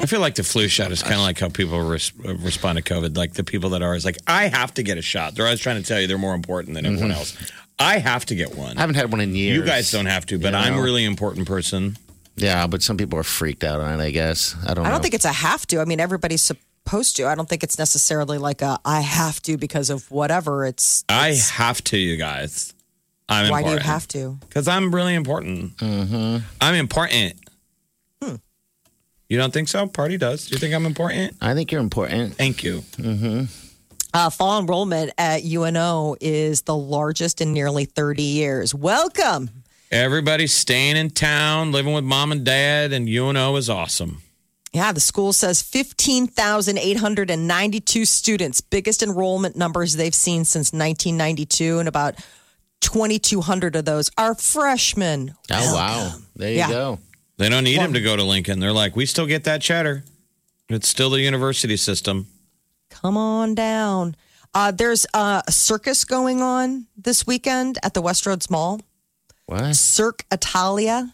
Speaker 4: I feel like the flu shot is kind of like how people res- uh, respond to COVID. Like the people that are always like, I have to get a shot. They're always trying to tell you they're more important than everyone else. I Mm-hmm. have to get one.
Speaker 3: I haven't had one in years.
Speaker 4: You guys don't have to, but
Speaker 3: You
Speaker 4: I'm a
Speaker 3: know?
Speaker 4: really important person.
Speaker 3: Yeah, but some people are freaked out on it. I guess I don't.
Speaker 5: I
Speaker 3: know.
Speaker 5: don't think it's a have to. I mean, everybody's supposed to. I don't think it's necessarily like a I have to because of whatever. It's
Speaker 4: I have to, you guys. I'm
Speaker 5: why do you
Speaker 4: important.
Speaker 5: have to?
Speaker 4: Because I'm really important. I'm important. You don't think so? Party does. Do you think I'm important?
Speaker 3: I think you're important.
Speaker 4: Thank you.
Speaker 5: Uh, fall enrollment at UNO is the largest in nearly 30 years. Welcome.
Speaker 4: Everybody's staying in town, living with mom and dad, and UNO is awesome.
Speaker 5: Yeah, the school says 15,892 students, biggest enrollment numbers they've seen since 1992, and about 2,200 of those are freshmen.
Speaker 3: Oh wow! There you
Speaker 5: Yeah.
Speaker 3: go.
Speaker 4: They don't need him to go to Lincoln. They're like, we still get that cheddar. It's still the university system.
Speaker 5: come on down. Uh, there's uh, a circus going on this weekend at the Westroads Mall,
Speaker 3: What?
Speaker 5: Cirque Italia.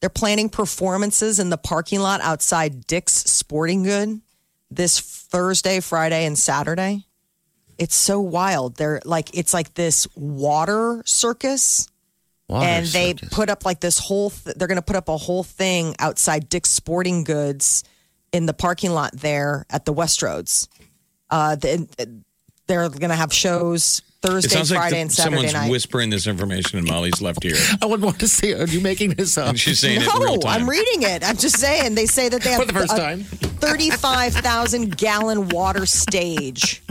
Speaker 5: They're planning performances in the parking lot outside Dick's Sporting Good this Thursday, Friday, and Saturday. It's so wild. They're like it's like this water circus
Speaker 3: Water
Speaker 5: and they
Speaker 3: circus.
Speaker 5: put up like this whole th- they're going to put up a whole thing outside dick's sporting goods in the parking lot there at the westroads uh, the, they're going to have shows
Speaker 4: It
Speaker 5: thursday
Speaker 4: sounds
Speaker 5: friday
Speaker 4: like the-
Speaker 5: and saturday
Speaker 4: someone's
Speaker 5: night
Speaker 4: whispering this information in Molly's left ear.
Speaker 3: I would want to see. Are you making this up?
Speaker 4: She's saying it in
Speaker 5: no
Speaker 4: real time.
Speaker 5: i'm reading it i'm just saying they say that they have
Speaker 3: For the first
Speaker 5: a
Speaker 3: time.
Speaker 5: 35000 gallon water stage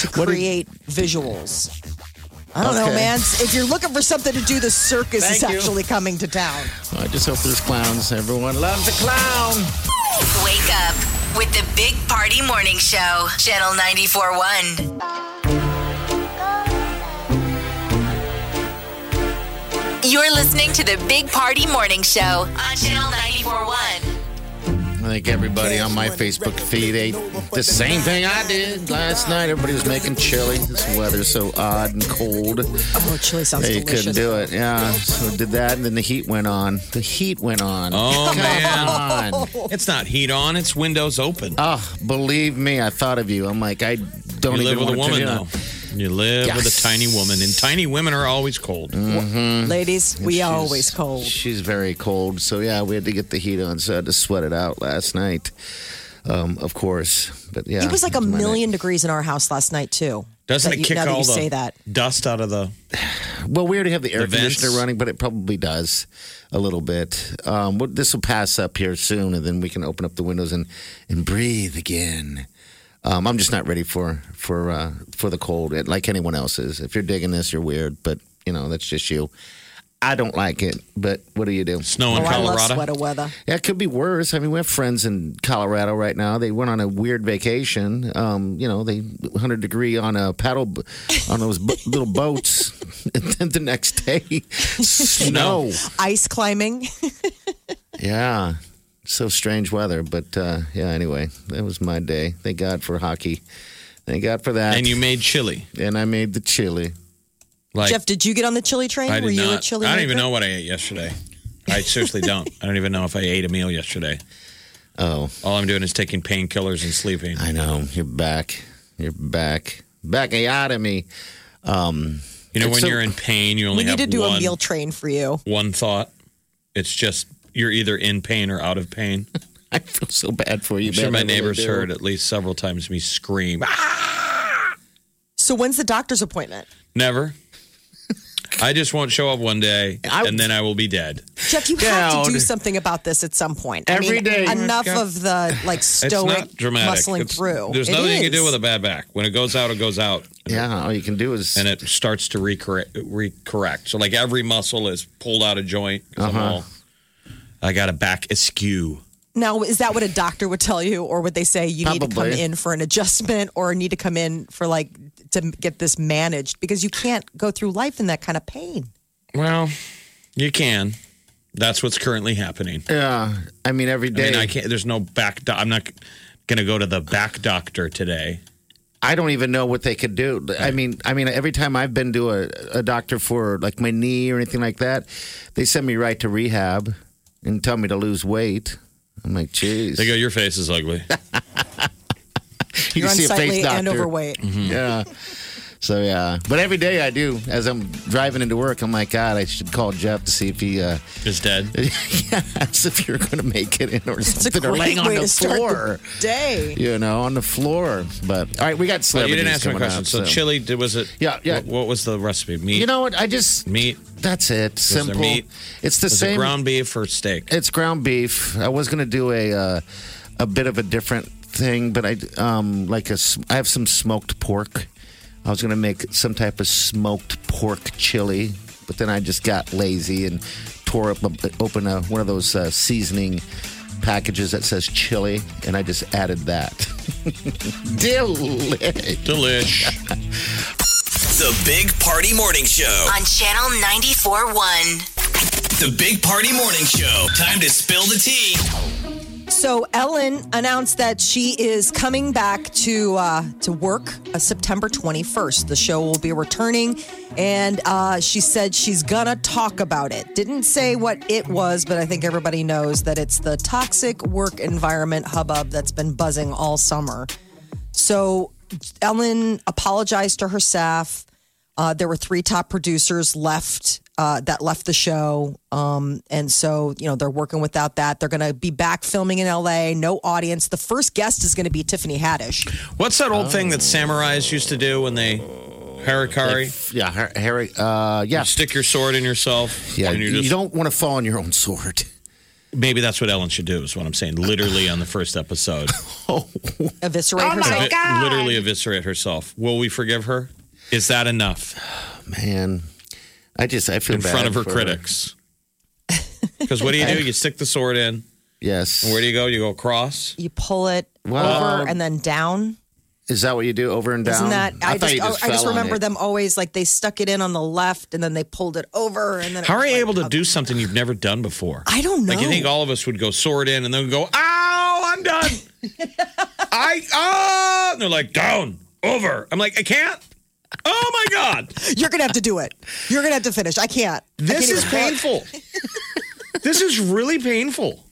Speaker 5: to
Speaker 3: What did-
Speaker 5: create visuals I don't know,
Speaker 3: Okay.
Speaker 5: man. If you're looking for something to do, the circus is
Speaker 3: Thank you.
Speaker 5: actually coming to town.
Speaker 3: I just hope there's clowns. Everyone loves a clown.
Speaker 2: Wake up with the Big Party Morning Show, Channel 941. You're listening to the Big Party Morning Show on Channel 941.
Speaker 3: I think everybody on my Facebook feed ate the same thing I did last night. Everybody was making chili. This weather's so odd and cold.
Speaker 5: Oh, chili sounds
Speaker 3: that You
Speaker 5: delicious.
Speaker 3: couldn't do it. Yeah. So did that, and then the heat went on. The heat went on.
Speaker 4: Oh,
Speaker 3: Come
Speaker 4: man.
Speaker 3: on.
Speaker 4: It's not heat on, it's windows open.
Speaker 3: Oh, believe me, I thought of you. I'm like, I don't
Speaker 4: you
Speaker 3: even
Speaker 4: live with a
Speaker 3: want to
Speaker 4: woman,
Speaker 3: turn it
Speaker 4: though.
Speaker 3: on.
Speaker 4: You live with
Speaker 3: Yes.
Speaker 4: a tiny woman, and tiny women are always cold.
Speaker 5: Ladies, we
Speaker 3: She's-
Speaker 5: are always cold.
Speaker 3: She's very cold. So, yeah, we had to get the heat on. So I had to sweat it out last night, um, of course. But yeah.
Speaker 5: It was like a
Speaker 3: my night.
Speaker 5: million degrees in our house last night too.
Speaker 4: Doesn't
Speaker 5: That
Speaker 4: it
Speaker 5: you-
Speaker 4: kick
Speaker 5: now that
Speaker 4: all
Speaker 5: you
Speaker 4: the
Speaker 5: say that?
Speaker 4: dust out of the?
Speaker 3: Well, we already have the air
Speaker 4: The vents.
Speaker 3: conditioner running, but it probably does a little bit. Um, well, this will pass up here soon, and then we can open up the windows and, and breathe again. Um, I'm just not ready for for uh, for the cold, it, like anyone else is. If you're digging this, you're weird, but you know that's just you. I don't like it, but what do you do?
Speaker 4: Snow in
Speaker 5: oh, I love
Speaker 4: Colorado.
Speaker 5: sweater weather.
Speaker 3: Yeah, it could be worse. I mean, we have friends in Colorado right now. They went on a weird vacation. Um, you know, they 100 degree on a paddle b- on those b- little boats, and then the next day, snow.
Speaker 5: Ice climbing.
Speaker 3: Yeah, so strange weather. But uh, yeah, anyway, that was my day. Thank God for hockey. Thank God for that.
Speaker 4: and you made chili.
Speaker 3: and I made the chili.
Speaker 4: Like
Speaker 5: Jeff, did you get on the chili train?
Speaker 4: I
Speaker 5: Were
Speaker 4: did
Speaker 5: you
Speaker 4: not.
Speaker 5: a chili?
Speaker 4: I don't even
Speaker 5: maker?
Speaker 4: know what I ate yesterday. I seriously don't. I don't even know if I ate a meal yesterday.
Speaker 3: Oh,
Speaker 4: All I'm doing is taking painkillers and sleeping.
Speaker 3: I know you're back. You're back. Back out of me.
Speaker 4: You know,
Speaker 3: It's
Speaker 4: when
Speaker 3: so-
Speaker 4: you're in pain, you only
Speaker 5: We need
Speaker 4: have
Speaker 5: to do
Speaker 4: one,
Speaker 5: a meal train for you.
Speaker 4: one thought. It's just you're either in pain or out of pain.
Speaker 3: I feel so bad for you.
Speaker 4: I'm sure
Speaker 3: man.
Speaker 4: my
Speaker 3: I really
Speaker 4: neighbors
Speaker 3: do.
Speaker 4: heard at least several times me scream. Ah,
Speaker 5: So when's the doctor's appointment?
Speaker 4: Never. I just won't show up one day,
Speaker 3: I-
Speaker 4: and then I will be dead.
Speaker 5: Jeff, you have to do
Speaker 3: Dude.
Speaker 5: something about this at some point. I
Speaker 3: Every
Speaker 5: mean,
Speaker 3: day.
Speaker 5: Enough of the like
Speaker 4: It's
Speaker 5: stoic
Speaker 4: not dramatic.
Speaker 5: muscling
Speaker 4: It's-
Speaker 5: through.
Speaker 4: There's
Speaker 5: It
Speaker 4: nothing you can
Speaker 5: is.
Speaker 4: do with a bad back. When it goes out, it goes out.
Speaker 3: Yeah, all you can do is
Speaker 4: and it starts to recorrect. recorrect. So like every muscle is pulled out of joint. 'cause I'm all, I got a back askew.
Speaker 5: Now, is that what a doctor would tell you, or would they say you need to come
Speaker 3: Probably.
Speaker 5: in for an adjustment, or need to come in for like to get this managed? Because you can't go through life in that kind of pain.
Speaker 4: Well, you can. That's what's currently happening.
Speaker 3: Yeah, I mean every
Speaker 4: I
Speaker 3: day. I,
Speaker 4: mean, I can't. There's no back. Do- I'm not going to go to the back doctor today.
Speaker 3: don't even know what they could do. I mean, I mean, every time I've been to a, a doctor for like my knee or anything like that, they send me right to rehab and tell me to lose weight. I'm like, jeez,
Speaker 4: They go, your face is ugly.
Speaker 3: you
Speaker 5: You're
Speaker 3: see a
Speaker 5: unsightly
Speaker 3: face doctor. Mm-hmm.
Speaker 5: and overweight.
Speaker 4: Hmm.
Speaker 3: Yeah. So yeah, but every day I do. As I'm driving into work, I'm like, God, I should call Jeff to see if he, uh,
Speaker 4: It's dead.
Speaker 3: yes, if you're going to make it in or
Speaker 5: It's a
Speaker 3: something, or
Speaker 5: great
Speaker 3: laying on
Speaker 5: way
Speaker 3: the
Speaker 5: to start
Speaker 3: floor.
Speaker 5: the day.
Speaker 3: You know, on the floor. But all right, we got
Speaker 4: But
Speaker 3: celebrities
Speaker 4: you didn't ask my
Speaker 3: coming
Speaker 4: question.
Speaker 3: up,
Speaker 4: so, chili did- was it?
Speaker 3: Yeah, yeah.
Speaker 4: What, what was the recipe? Meat.
Speaker 3: You know what? I just
Speaker 4: meat.
Speaker 3: That's it.
Speaker 4: there
Speaker 3: Simple.
Speaker 4: meat?
Speaker 3: It's the
Speaker 4: Was
Speaker 3: same.
Speaker 4: it ground beef or steak?
Speaker 3: it's ground beef. I was gonna do a uh, a bit of a different thing, but I um like a s- I have some smoked pork. I was gonna make some type of smoked pork chili, but then I just got lazy and tore up a, open a, one of those uh, seasoning packages that says chili, and I just added that. Delish.
Speaker 4: Delish.
Speaker 6: The Big Party Morning Show.
Speaker 2: On Channel 941.
Speaker 6: The Big Party Morning Show. Time to spill the tea.
Speaker 5: So Ellen announced that she is coming back to uh, to work uh, September 21st. The show will be returning, and uh, she said she's gonna talk about it. Didn't say what it was, but I think everybody knows that it's the toxic work environment hubbub that's been buzzing all summer. So Ellen apologized to her staff. Uh, there were three top producers left uh, that left the show, um, and so you know they're working without that. They're going to be back filming in L.A. No audience. The first guest is going to be Tiffany Haddish.
Speaker 4: What's that old thing that samurais used to do when they harakiri?
Speaker 3: Yeah, Har- Harry. Uh, yeah,
Speaker 4: stick your sword in yourself.
Speaker 3: yeah.
Speaker 4: and you're
Speaker 3: You
Speaker 4: just-
Speaker 3: don't want to fall on your own sword.
Speaker 4: maybe that's what Ellen should do. Is what I'm saying. Literally on the first episode,
Speaker 5: Eviscerate herself.
Speaker 4: Vi- literally eviscerate herself. Will we forgive her? Is that enough
Speaker 3: Man, I just I feel
Speaker 4: in
Speaker 3: bad
Speaker 4: front of her
Speaker 3: for
Speaker 4: critics? Because what do you do? You stick the sword in.
Speaker 3: Yes,
Speaker 4: Where do you go? You go across.
Speaker 5: You pull it
Speaker 3: Wow.
Speaker 5: over and then down.
Speaker 3: Is that what you do over and down?
Speaker 5: Isn't that? I,
Speaker 3: thought
Speaker 5: just,
Speaker 3: you
Speaker 5: oh, I just
Speaker 3: fell on
Speaker 5: remember
Speaker 3: it.
Speaker 5: them always like they stuck it in on the left and then they pulled it over and then. it
Speaker 4: How are
Speaker 5: was
Speaker 4: you
Speaker 5: like-
Speaker 4: able to do something you've never done before?
Speaker 5: I don't know.
Speaker 4: Like you think all of us would go sword in and then go, ow, I'm done. I oh and they're like, down, over. I'm like, I can't. Oh my God.
Speaker 5: You're gonna have to do it. You're gonna have to finish. I can't. I
Speaker 4: This
Speaker 5: can't
Speaker 4: is
Speaker 5: even-
Speaker 4: painful. this is really painful.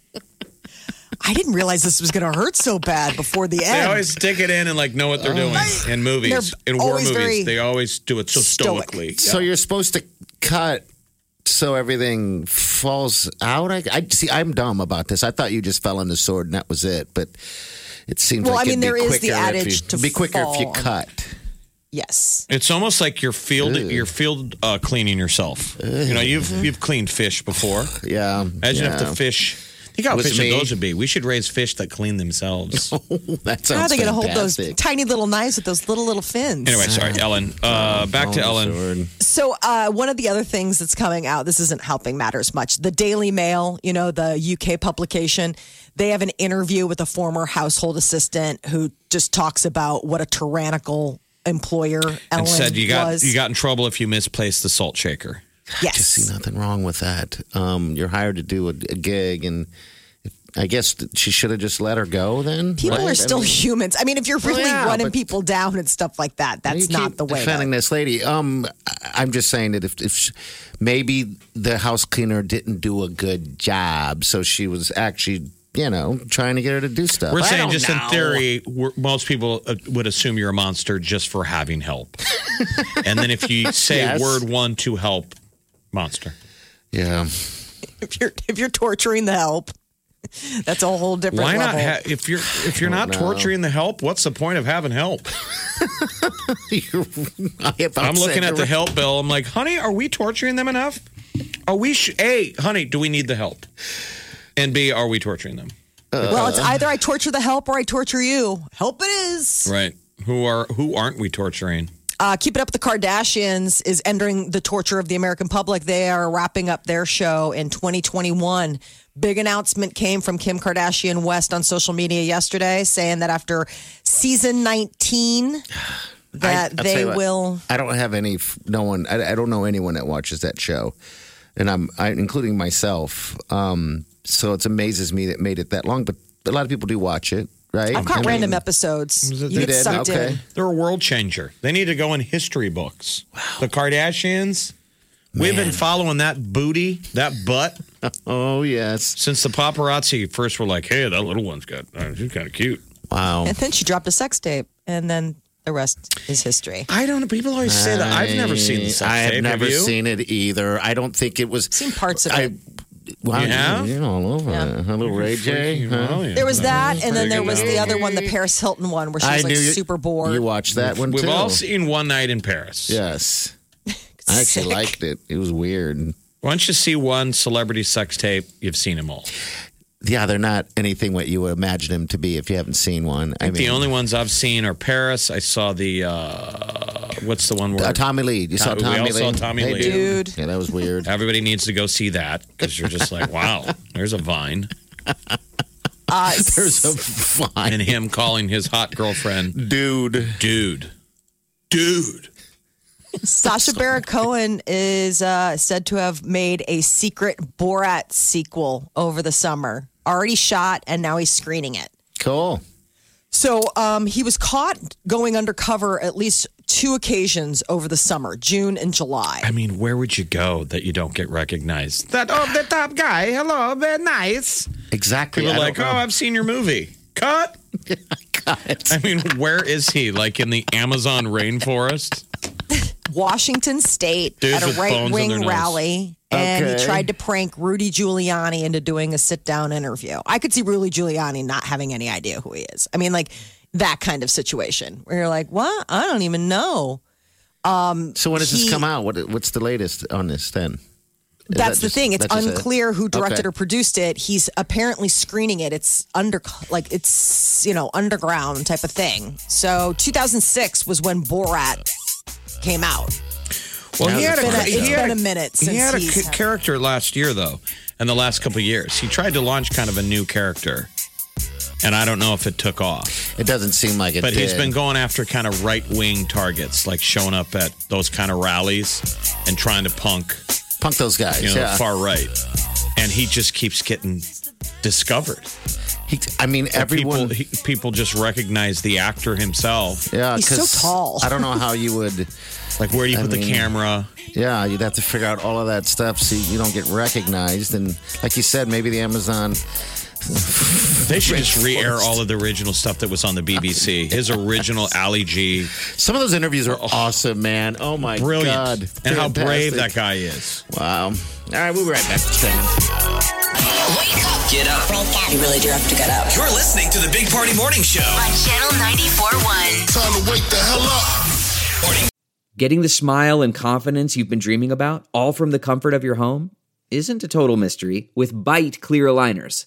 Speaker 5: I didn't realize this was gonna hurt so bad before the
Speaker 4: They
Speaker 5: end.
Speaker 4: always stick it in and like know what they're doing in movies,
Speaker 5: Oh They're
Speaker 4: in war
Speaker 5: always very
Speaker 4: movies. They always do it so
Speaker 5: stoic.
Speaker 4: stoically.
Speaker 3: So you're supposed to cut so everything falls out. I, I see. I'm dumb about this. I thought you just fell on the sword and that was it. But it seems
Speaker 5: Well,
Speaker 3: like
Speaker 5: I mean,
Speaker 3: it'd be
Speaker 5: there is the
Speaker 3: quicker if
Speaker 5: adage
Speaker 3: you-
Speaker 5: to
Speaker 3: be quicker if you
Speaker 5: fall.
Speaker 3: cut.
Speaker 5: yes.
Speaker 4: It's almost like you're field you're field uh, cleaning yourself. You know, you've you've cleaned fish before.
Speaker 3: Yeah.
Speaker 4: Imagine
Speaker 3: yeah.
Speaker 4: if the fish. Think how
Speaker 3: Was
Speaker 4: efficient
Speaker 3: me.
Speaker 4: those would be. We should raise fish that clean themselves.
Speaker 3: that
Speaker 5: How are
Speaker 3: sounds
Speaker 5: they gonna hold those
Speaker 3: fantastic.
Speaker 5: tiny little knives with those little little fins?
Speaker 4: anyway, sorry, Ellen. Uh, back to
Speaker 3: Fall on the
Speaker 4: Ellen.
Speaker 3: sword.
Speaker 5: So uh, one of the other things that's coming out, this isn't helping matters much. The Daily Mail, you know, the UK publication, they have an interview with a former household assistant who just talks about what a tyrannical employer Ellen
Speaker 4: And said you got
Speaker 5: was.
Speaker 4: you got in trouble if you misplaced the salt shaker.
Speaker 5: yes.
Speaker 3: See nothing wrong with that. Um, you're hired to do a, a gig, and I guess th- she should have just let her go. Then
Speaker 5: People
Speaker 3: right? I
Speaker 5: are still
Speaker 3: mean-
Speaker 5: humans. I mean, if you're
Speaker 3: Well,
Speaker 5: really
Speaker 3: yeah,
Speaker 5: running
Speaker 3: but-
Speaker 5: people down and stuff like that, that's
Speaker 3: You
Speaker 5: not
Speaker 3: keep
Speaker 5: the way. to-
Speaker 3: Defending this lady, um, I- I'm just saying that if, if sh maybe the house cleaner didn't do a good job, so she was actually, you know, trying to get her to do stuff.
Speaker 4: We're
Speaker 3: I
Speaker 4: saying
Speaker 3: don't
Speaker 4: just
Speaker 3: know.
Speaker 4: in theory, we're, most people uh, would assume you're a monster just for having help. and then if you say
Speaker 3: Yes.
Speaker 4: word one to help, monster.
Speaker 3: Yeah,
Speaker 5: If you're if you're torturing the help, that's a whole different
Speaker 4: Why not?
Speaker 5: level.
Speaker 4: Ha- if you're if you're not torturing the help, what's the point of having help?
Speaker 3: If
Speaker 4: I'm looking
Speaker 3: saying
Speaker 4: at the
Speaker 3: you're right-
Speaker 4: help bill. I'm like, honey, are we torturing them enough? Are we? Sh- a, honey, do we need the help? And B, are we torturing them?
Speaker 5: well, it's either I torture the help or I torture you. Help it is.
Speaker 4: Right. Who are who aren't we torturing?
Speaker 5: Uh, Keep It Up with the Kardashians is entering the torture of the American public. They are wrapping up their show in 2021. Big announcement came from Kim Kardashian West on social media yesterday saying that after season 19, that
Speaker 3: I'll tell
Speaker 5: they
Speaker 3: you what,
Speaker 5: will.
Speaker 3: I don't have any. f- No one. I, I don't know anyone that watches that show, and I'm I, including myself. Um, so it amazes me that it made it that long, but a lot of people do watch it, right?
Speaker 5: I've caught
Speaker 3: I mean,
Speaker 5: random episodes. You
Speaker 3: You
Speaker 5: get
Speaker 3: did?
Speaker 5: sucked
Speaker 3: Okay.
Speaker 5: in.
Speaker 4: They're a world changer. They need to go in history books. The Kardashians. We've been following that booty, that butt,
Speaker 3: Oh yes.
Speaker 4: since the paparazzi first were like, "Hey, that little one's got, uh, she's kind of cute."
Speaker 3: Wow.
Speaker 5: And then she dropped a sex tape, and then the rest is history.
Speaker 4: I don't. know. People always say that. I've never seen this.
Speaker 3: I have never seen it either. I don't think it was.
Speaker 5: Seen parts of
Speaker 3: I,
Speaker 5: it.
Speaker 3: Wow,
Speaker 4: You
Speaker 3: you
Speaker 4: have?
Speaker 3: are all over it. Hello, Ray
Speaker 4: Oh,
Speaker 3: J. huh?
Speaker 5: There was that, and then
Speaker 4: There
Speaker 5: there
Speaker 4: you
Speaker 5: was
Speaker 4: go.
Speaker 5: the other one, the Paris Hilton one, where she was like
Speaker 3: you-
Speaker 5: super bored.
Speaker 3: You watched that one
Speaker 4: We've
Speaker 3: too.
Speaker 4: all seen One Night in Paris.
Speaker 3: yes, I actually liked it. It was weird.
Speaker 4: Once you see one celebrity sex tape, you've seen them all.
Speaker 3: Yeah, they're not anything what you would imagine them to be if you haven't seen one. I mean,
Speaker 4: The only ones I've seen are Paris. I saw the uh, what's the one where
Speaker 3: uh, Tommy Lee. You saw
Speaker 4: Tommy- we
Speaker 3: Tommy
Speaker 4: all
Speaker 3: Lee.
Speaker 4: saw Tommy
Speaker 3: Hey,
Speaker 4: Lee.
Speaker 5: Dude.
Speaker 3: Yeah, that was weird.
Speaker 4: everybody needs to go see that because you're just like, wow, there's a vine,
Speaker 5: Uh,
Speaker 3: There's a fine
Speaker 4: and him calling his hot girlfriend,
Speaker 3: dude.
Speaker 4: dude, dude.
Speaker 5: Sasha Baron Cohen is uh, said to have made a secret Borat sequel over the summer, already shot, and now he's screening it.
Speaker 3: Cool.
Speaker 5: So um, he was caught going undercover at least two occasions over the summer, June and July.
Speaker 4: I mean, where would you go that you don't get recognized? That
Speaker 7: That over the top guy. Hello, they're nice.
Speaker 3: Exactly.
Speaker 4: people are
Speaker 3: I
Speaker 4: like,
Speaker 3: don't
Speaker 4: oh, I've seen your movie. Cut.
Speaker 3: know. God.
Speaker 4: I mean, where is he? Like in the Amazon rainforest?
Speaker 5: Washington State
Speaker 4: Dudes
Speaker 5: at
Speaker 4: with
Speaker 5: a right
Speaker 4: bones on their
Speaker 5: wing
Speaker 4: nose.
Speaker 5: rally. And
Speaker 3: Okay.
Speaker 5: he tried to prank Rudy Giuliani into doing a sit down interview. I could see Rudy Giuliani not having any idea who he is. I mean, like that kind of situation where you're like, what? I don't even know.
Speaker 4: "Oh,
Speaker 3: So when does
Speaker 5: He-
Speaker 3: this come out? What, what's the latest on this then? Is
Speaker 5: that's
Speaker 3: that
Speaker 5: the
Speaker 3: just-
Speaker 5: thing. It's
Speaker 3: that's just it?
Speaker 5: unclear who directed
Speaker 3: Okay.
Speaker 5: or produced it. He's apparently screening it. It's under, like, it's, you know, underground type of thing. So 2006 was when Borat came out.
Speaker 4: Well, he had
Speaker 5: It's
Speaker 4: a,
Speaker 5: been a-
Speaker 4: he
Speaker 5: it's
Speaker 4: had
Speaker 5: been a minute
Speaker 4: he
Speaker 5: since
Speaker 4: had a
Speaker 5: he's
Speaker 4: ca-
Speaker 5: had-
Speaker 4: character last year though, and the last couple of years, he tried to launch kind of a new character. and I don't know if it took off.
Speaker 3: It doesn't seem like it.
Speaker 4: But he's
Speaker 3: did.
Speaker 4: been going after kind of right wing targets, like showing up at those kind of rallies and trying to punk,
Speaker 3: punk those guys.
Speaker 4: you know,
Speaker 3: yeah,
Speaker 4: far right. And he just keeps getting discovered.
Speaker 3: He- I mean everyone.
Speaker 4: people, he, people just recognize the actor himself.
Speaker 3: yeah,
Speaker 5: He's so
Speaker 3: 'cause
Speaker 5: tall.
Speaker 3: I don't know how you would.
Speaker 4: Like, where do you
Speaker 3: I
Speaker 4: put the
Speaker 3: mean-
Speaker 4: camera?
Speaker 3: Yeah, you'd have to figure out all of that stuff so you don't get recognized. And like you said, maybe the Amazon.
Speaker 4: They should just re-air all of the original stuff that was on the BBC. His original Ali G,
Speaker 3: Some of those interviews are awesome, man. Oh my
Speaker 4: brilliant,
Speaker 3: god!
Speaker 4: and how brave that
Speaker 3: Fantastic.
Speaker 4: guy is.
Speaker 3: Wow. All right, we'll be right back. Just a minute.
Speaker 2: Wake up
Speaker 6: Get up.
Speaker 8: You really do have to get up.
Speaker 6: You're listening to the Big Party Morning Show.
Speaker 2: on Channel 94.1.
Speaker 9: Time to wake the hell up.
Speaker 6: Morning
Speaker 10: Getting the smile and confidence you've been dreaming about, all from the comfort of your home, isn't a total mystery with bite clear aligners.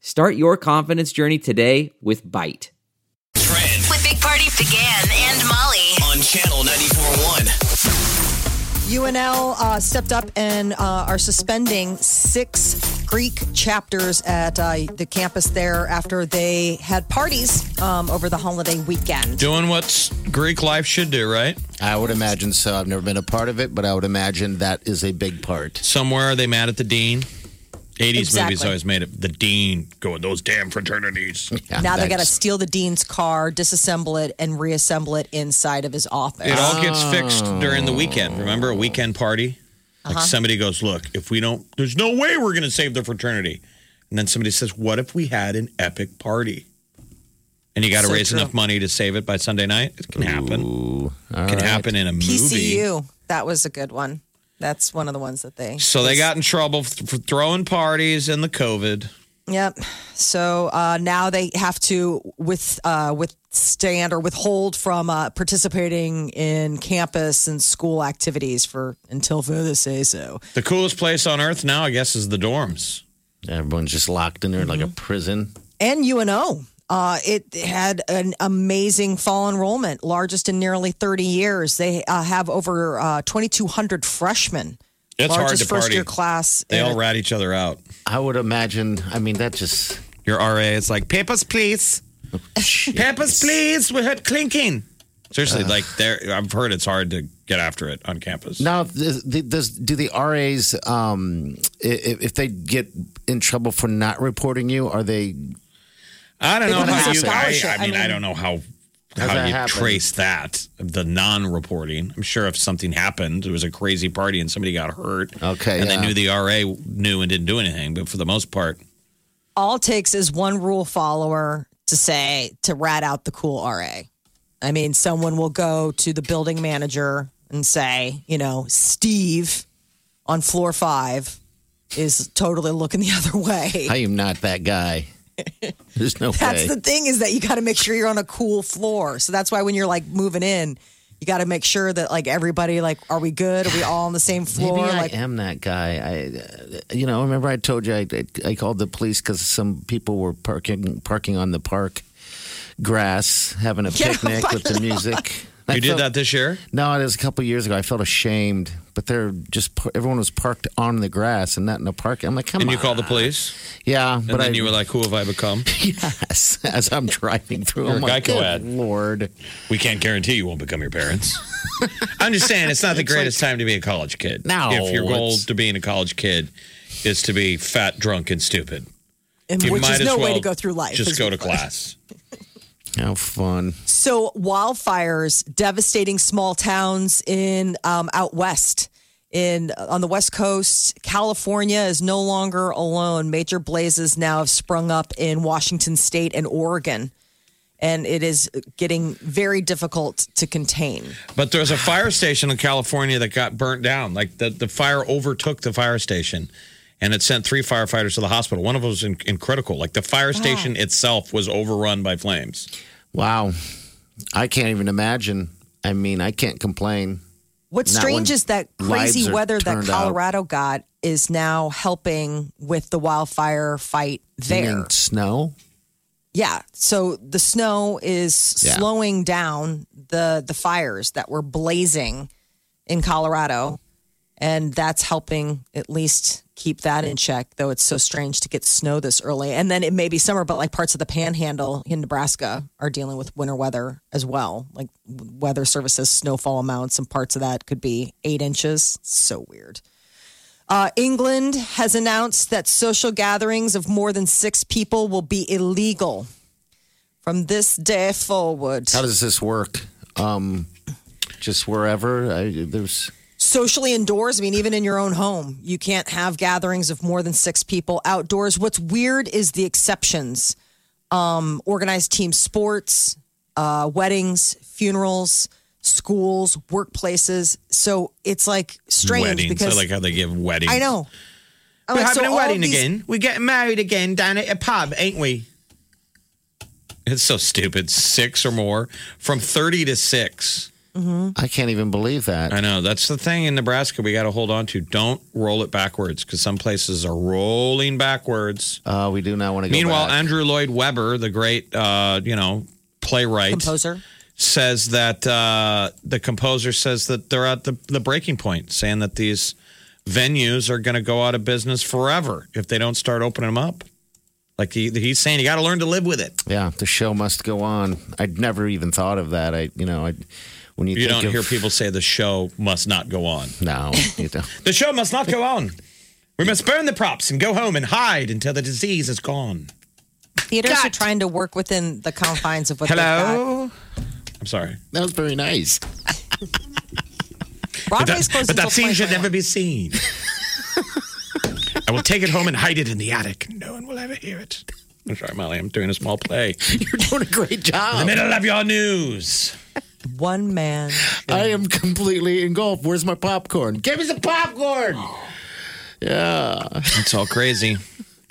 Speaker 10: Start your confidence journey today with Byte.
Speaker 6: Trend
Speaker 2: With Big Party began and Molly.
Speaker 6: on Channel 94.1.
Speaker 5: UNL uh, stepped up and uh, are suspending six Greek chapters at uh, the campus there after they had parties um, over the holiday weekend.
Speaker 4: Doing what Greek life should do, right?
Speaker 3: I would imagine so. I've never been a part of it, but I would imagine that is a big part.
Speaker 4: Somewhere are they mad at the dean? 80s movies
Speaker 5: Exactly.
Speaker 4: always made it the dean going, those damn fraternities.
Speaker 3: Yeah,
Speaker 5: Now they got to
Speaker 3: thanks.
Speaker 5: steal the dean's car, disassemble it, and reassemble it inside of his office.
Speaker 4: It all gets fixed during the weekend.
Speaker 5: Oh.
Speaker 4: Remember a weekend party? Like
Speaker 5: Uh-huh.
Speaker 4: somebody goes, Look, if we don't, there's no way we're going to save the fraternity. And then somebody says, What if we had an epic party? And you got to
Speaker 5: So
Speaker 4: raise
Speaker 5: true.
Speaker 4: enough money to save it by Sunday night. It can happen. it can happen in a movie.
Speaker 5: PCU. That was a good one. That's one of the ones that they.
Speaker 4: So they got in trouble f- for throwing parties in the COVID.
Speaker 5: Yep. So uh, now they have to with uh, withstand or withhold from uh, participating in campus and school activities for until further say so.
Speaker 4: The coolest place on earth now, I guess, is the dorms.
Speaker 3: Everyone's just locked in there like a
Speaker 4: Mm-hmm.
Speaker 3: prison.
Speaker 5: And UNO. Uh, it had an amazing fall enrollment, largest in nearly 30 years. They uh, have over uh, 2,200 freshmen.
Speaker 4: It's hard
Speaker 5: largest
Speaker 4: to
Speaker 5: first
Speaker 4: party.
Speaker 5: year class.
Speaker 4: They
Speaker 5: in-
Speaker 4: all rat each other out.
Speaker 3: I would imagine. I mean, that just
Speaker 7: Your RA is like, papers, please.
Speaker 3: Oh,
Speaker 7: papers, please. We heard clinking.
Speaker 4: Seriously, like there, I've heard it's hard to get after it on campus.
Speaker 3: now. th- th- Does do the RAs um, i- i- if they get in trouble for not reporting you? Are they?
Speaker 4: I don't
Speaker 5: They
Speaker 4: know
Speaker 5: don't
Speaker 4: how
Speaker 5: have
Speaker 4: you.
Speaker 5: a
Speaker 4: I,
Speaker 5: scholarship.
Speaker 4: I
Speaker 5: I
Speaker 4: mean, I
Speaker 5: mean-
Speaker 4: don't know how
Speaker 3: How's
Speaker 4: how
Speaker 3: that
Speaker 4: you
Speaker 3: happen?
Speaker 4: trace that the non-reporting. I'm sure if something happened, it was a crazy party and somebody got hurt.
Speaker 3: Okay,
Speaker 4: and
Speaker 3: yeah.
Speaker 4: they knew the RA knew and didn't do anything. But for the most part,
Speaker 5: all it takes is one rule follower to say to rat out the cool RA. I mean, someone will go to the building manager and say, you know, Steve on floor five is totally looking the other way.
Speaker 3: I am not that guy. There's no
Speaker 5: That's
Speaker 3: way.
Speaker 5: the thing is that you got to make sure you're on a cool floor. So that's why when you're like moving in, you got to make sure that like everybody like, are we good? Are we all on the same floor?
Speaker 3: Maybe I
Speaker 5: like,
Speaker 3: am that guy. I, uh, you know, remember I told you I, I, I called the police because some people were parking parking on the park grass, having a
Speaker 5: Get off
Speaker 3: picnic
Speaker 5: my
Speaker 3: with the music. I
Speaker 4: you did
Speaker 3: felt-
Speaker 4: that this year.
Speaker 3: No, it was a couple years ago. I felt ashamed, but they're just par- everyone was parked on the grass and not in the park. I'm like, come
Speaker 4: And
Speaker 3: on,
Speaker 4: you called the police,
Speaker 3: yeah,
Speaker 4: and
Speaker 3: but
Speaker 4: then
Speaker 3: I,
Speaker 4: you were like, "Who have I become?"
Speaker 3: yes, as I'm driving through,
Speaker 4: You're
Speaker 3: I'm
Speaker 4: a
Speaker 3: like,
Speaker 4: Geico
Speaker 3: good
Speaker 4: ad.
Speaker 3: Lord,
Speaker 4: We can't guarantee you won't become your parents. I'm just saying it's not the greatest time to be a college kid.
Speaker 3: No,
Speaker 4: if your goal
Speaker 3: it's-
Speaker 4: to being a college kid is to be fat, drunk, and stupid,
Speaker 5: and-
Speaker 4: you
Speaker 5: which
Speaker 4: might
Speaker 5: is
Speaker 4: as
Speaker 5: no way
Speaker 4: well
Speaker 5: to go through life.
Speaker 4: Just
Speaker 5: is
Speaker 4: go to class.
Speaker 3: how fun!
Speaker 5: So wildfires devastating small towns in um, out west in on the west coast. California is no longer alone. Major blazes now have sprung up in Washington State and Oregon, and it is getting very difficult to contain.
Speaker 4: But there's a fire station in California that got burnt down. Like the, the fire overtook the fire station and it sent three firefighters to the hospital.
Speaker 5: Ah.
Speaker 4: One of them was in, in critical. Like the fire station itself was overrun by flames.
Speaker 3: Wow, I can't even imagine. I mean, I can't complain.
Speaker 5: What's
Speaker 3: Not
Speaker 5: strange
Speaker 3: when
Speaker 5: is that
Speaker 3: lives
Speaker 5: crazy
Speaker 3: are
Speaker 5: weather that
Speaker 3: turned out.
Speaker 5: Colorado got is now helping with the wildfire fight
Speaker 3: You
Speaker 5: there.
Speaker 3: mean snow.
Speaker 5: Yeah. So the snow is
Speaker 3: Yeah.
Speaker 5: slowing down the the fires that were blazing in Colorado, and that's helping at least keep that in check. Though it's so strange to get snow this early, and then it may be summer, but like parts of the Panhandle in Nebraska are dealing with winter weather as well. Like weather services, snowfall amounts, and parts of that could be eight inches. So weird. Uh, England has announced that social gatherings of more than six people will be illegal from this day forward.
Speaker 3: How does this work? Um, just wherever I, there's.
Speaker 5: Socially indoors, I mean, even in your own home, you can't have gatherings of more than six people outdoors. What's weird is the exceptions um, organized team sports, uh, weddings, funerals, schools, workplaces. So it's like strange
Speaker 4: weddings.
Speaker 5: because
Speaker 4: I like how they give weddings.
Speaker 5: I know. I'm
Speaker 7: We're
Speaker 5: like,
Speaker 7: having
Speaker 5: so
Speaker 7: a
Speaker 5: all
Speaker 7: wedding
Speaker 5: these-
Speaker 7: again. We're getting married again down at a pub, uh, ain't we?
Speaker 4: It's so stupid. Six or more, from 30 to six.
Speaker 3: I can't even believe that.
Speaker 4: I know. That's the thing in Nebraska we got to hold on to. Don't roll it backwards because some places are rolling backwards.
Speaker 3: Uh, we do not want to go.
Speaker 4: Meanwhile,
Speaker 3: back.
Speaker 4: Andrew Lloyd Webber, the great, uh, you know, playwright,
Speaker 5: Composer.
Speaker 4: says that uh, the composer says that they're at the, the breaking point, saying that these venues are going to go out of business forever if they don't start opening them up. Like he, he's saying, you got to learn to live with it.
Speaker 3: yeah, the show must go on. I'd never even thought of that. I, you know, I when you,
Speaker 4: You
Speaker 3: think
Speaker 4: don't
Speaker 3: of,
Speaker 4: hear people say the show must not go on.
Speaker 3: No, you don't.
Speaker 4: The show must not go on. We must burn the props and go home and hide until the disease is gone.
Speaker 5: theaters are trying to work within the confines of what they've
Speaker 7: Hello?
Speaker 4: I'm sorry.
Speaker 3: That was very nice.
Speaker 5: got. Broadway's
Speaker 4: That-
Speaker 5: closed
Speaker 4: but
Speaker 5: until
Speaker 4: that scene should
Speaker 5: 2021.
Speaker 4: never be seen. I will take it home and hide it in the attic. No one will ever hear it. I'm sorry, Molly. I'm doing a small play.
Speaker 3: You're doing a great
Speaker 4: The
Speaker 3: job.
Speaker 4: middle of your news.
Speaker 5: One man.
Speaker 3: I am completely engulfed. Where's my popcorn? Give me some popcorn. Yeah.
Speaker 4: It's all crazy.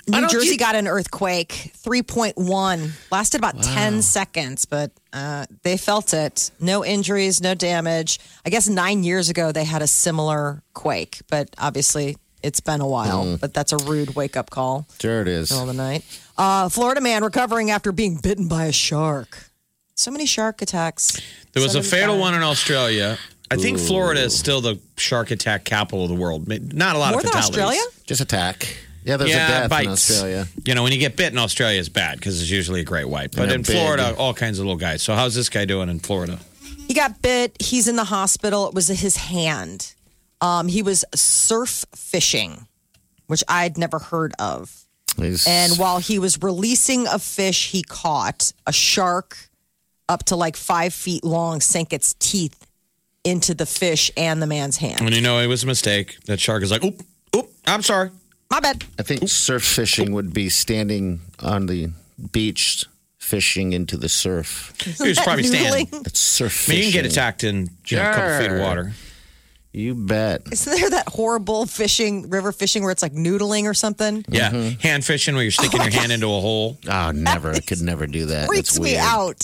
Speaker 5: New
Speaker 3: don't
Speaker 5: Jersey
Speaker 3: you-
Speaker 5: got an earthquake, 3.1. Lasted about 10 seconds, but uh, they felt it. No injuries, no damage. I guess nine years ago, they had a similar quake, but obviously it's been a while.
Speaker 3: Mm.
Speaker 5: But that's a rude wake up call.
Speaker 3: Sure it is.
Speaker 4: Oh.
Speaker 5: middle of the night. Uh, Florida man recovering after being bitten by a shark. So many shark attacks.
Speaker 4: There was
Speaker 5: So
Speaker 4: a
Speaker 5: many
Speaker 4: fatal
Speaker 5: times.
Speaker 4: one in Australia. I think Florida is still the shark attack capital of the world. Ma- Not a lot
Speaker 5: More
Speaker 4: of
Speaker 5: than
Speaker 4: fatalities.
Speaker 5: Australia?
Speaker 3: Just attack. Yeah, there's
Speaker 4: yeah,
Speaker 3: a death
Speaker 4: bites.
Speaker 3: in Australia.
Speaker 4: You know, when you get bit in Australia, it's bad because it's usually a great white. But
Speaker 3: they're
Speaker 4: in
Speaker 3: big.
Speaker 4: Florida, all kinds of little guys. So how's this guy doing in Florida?
Speaker 5: He got bit. He's in the hospital. It was his hand. Um, he was surf fishing, which I'd never heard of.
Speaker 3: He's-
Speaker 5: And while he was releasing a fish, he caught a shark up to like five feet long, sank its teeth into the fish and the man's hand.
Speaker 4: And you know, it was a mistake. That shark is like, oop, oop, I'm sorry.
Speaker 5: My bad.
Speaker 3: I think surf fishing would be standing on the beach fishing into the surf.
Speaker 4: He was probably standing.
Speaker 5: Noodling.
Speaker 3: That's surf
Speaker 4: I
Speaker 3: fishing.
Speaker 4: mean, you can get attacked in you know, a couple feet of
Speaker 3: Sure.
Speaker 4: water.
Speaker 3: You bet.
Speaker 5: Isn't there that horrible fishing, river fishing, where it's like noodling or something?
Speaker 4: Yeah, hand fishing where you're sticking your hand into a hole.
Speaker 3: Oh, never. I could never do that.
Speaker 5: Freaks
Speaker 3: That's
Speaker 5: me
Speaker 3: weird.
Speaker 5: out.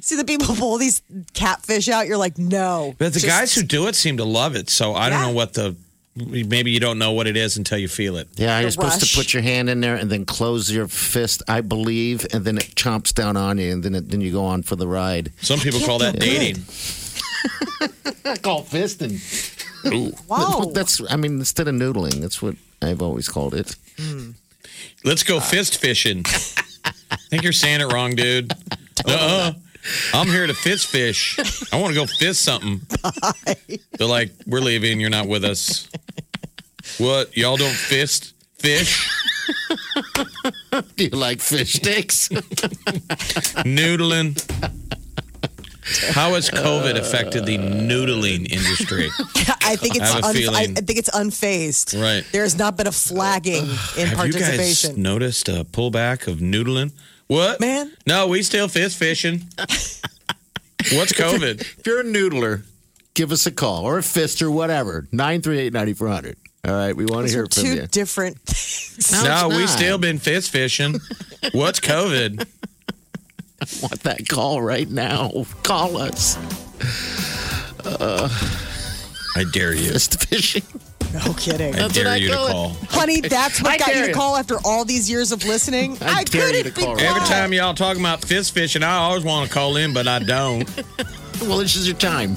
Speaker 5: See the people pull these catfish out. You're like, no.
Speaker 4: But the
Speaker 5: Just-
Speaker 4: guys who do it seem to love it. So I don't
Speaker 5: Yeah.
Speaker 4: know what the maybe you don't know what it is until you feel it.
Speaker 3: Yeah, you're
Speaker 5: The
Speaker 3: supposed
Speaker 5: rush.
Speaker 3: to put your hand in there and then close your fist, I believe, and then it chomps down on you, and then it, then you go on for the ride.
Speaker 4: Some people
Speaker 5: can't
Speaker 4: call that
Speaker 5: feel
Speaker 4: dating.
Speaker 3: I call fisting.
Speaker 5: Wow.
Speaker 3: That's, I mean, instead of noodling, that's what I've always called it.
Speaker 4: Let's go fist fishing. I think you're saying it wrong, dude. Uh-uh. I'm here to fist fish. I want to go fist something. They're like, we're leaving. You're not with us. What? Y'all don't fist fish?
Speaker 3: Do you like fish sticks?
Speaker 4: Noodling. How has COVID affected the noodling industry?
Speaker 5: I think it's
Speaker 4: I have a
Speaker 5: un- I,
Speaker 4: feeling-
Speaker 5: I think it's unfazed.
Speaker 4: Right.
Speaker 5: There has not been a flagging in
Speaker 4: Have you guys
Speaker 5: participation.
Speaker 4: noticed a pullback of noodling? What?
Speaker 5: Man.
Speaker 4: No, we still fist fishing. What's COVID?
Speaker 3: if you're a noodler, give us a call or a fist or whatever. 938 9400. All right, we want to
Speaker 5: These
Speaker 3: hear
Speaker 5: are
Speaker 3: it from
Speaker 5: two
Speaker 3: you.
Speaker 5: different things.
Speaker 4: No,
Speaker 3: it's
Speaker 4: we
Speaker 3: not.
Speaker 4: still been fist fishing. What's COVID?
Speaker 3: want that call right now. Call us.
Speaker 4: I dare you.
Speaker 3: Fist fishing.
Speaker 5: No kidding.
Speaker 4: I
Speaker 3: what I
Speaker 4: dare you to
Speaker 3: call it.
Speaker 4: call.
Speaker 5: Honey, that's what
Speaker 3: I
Speaker 5: got
Speaker 3: dare
Speaker 5: you
Speaker 3: you.
Speaker 5: to call after all these years of listening.
Speaker 3: I
Speaker 5: I,
Speaker 3: dare you
Speaker 5: couldn't
Speaker 3: to
Speaker 5: be
Speaker 3: call right
Speaker 5: quiet.
Speaker 4: Every time y'all talking about fist fishing, I always want to call in, but I don't.
Speaker 3: Well, this is your time.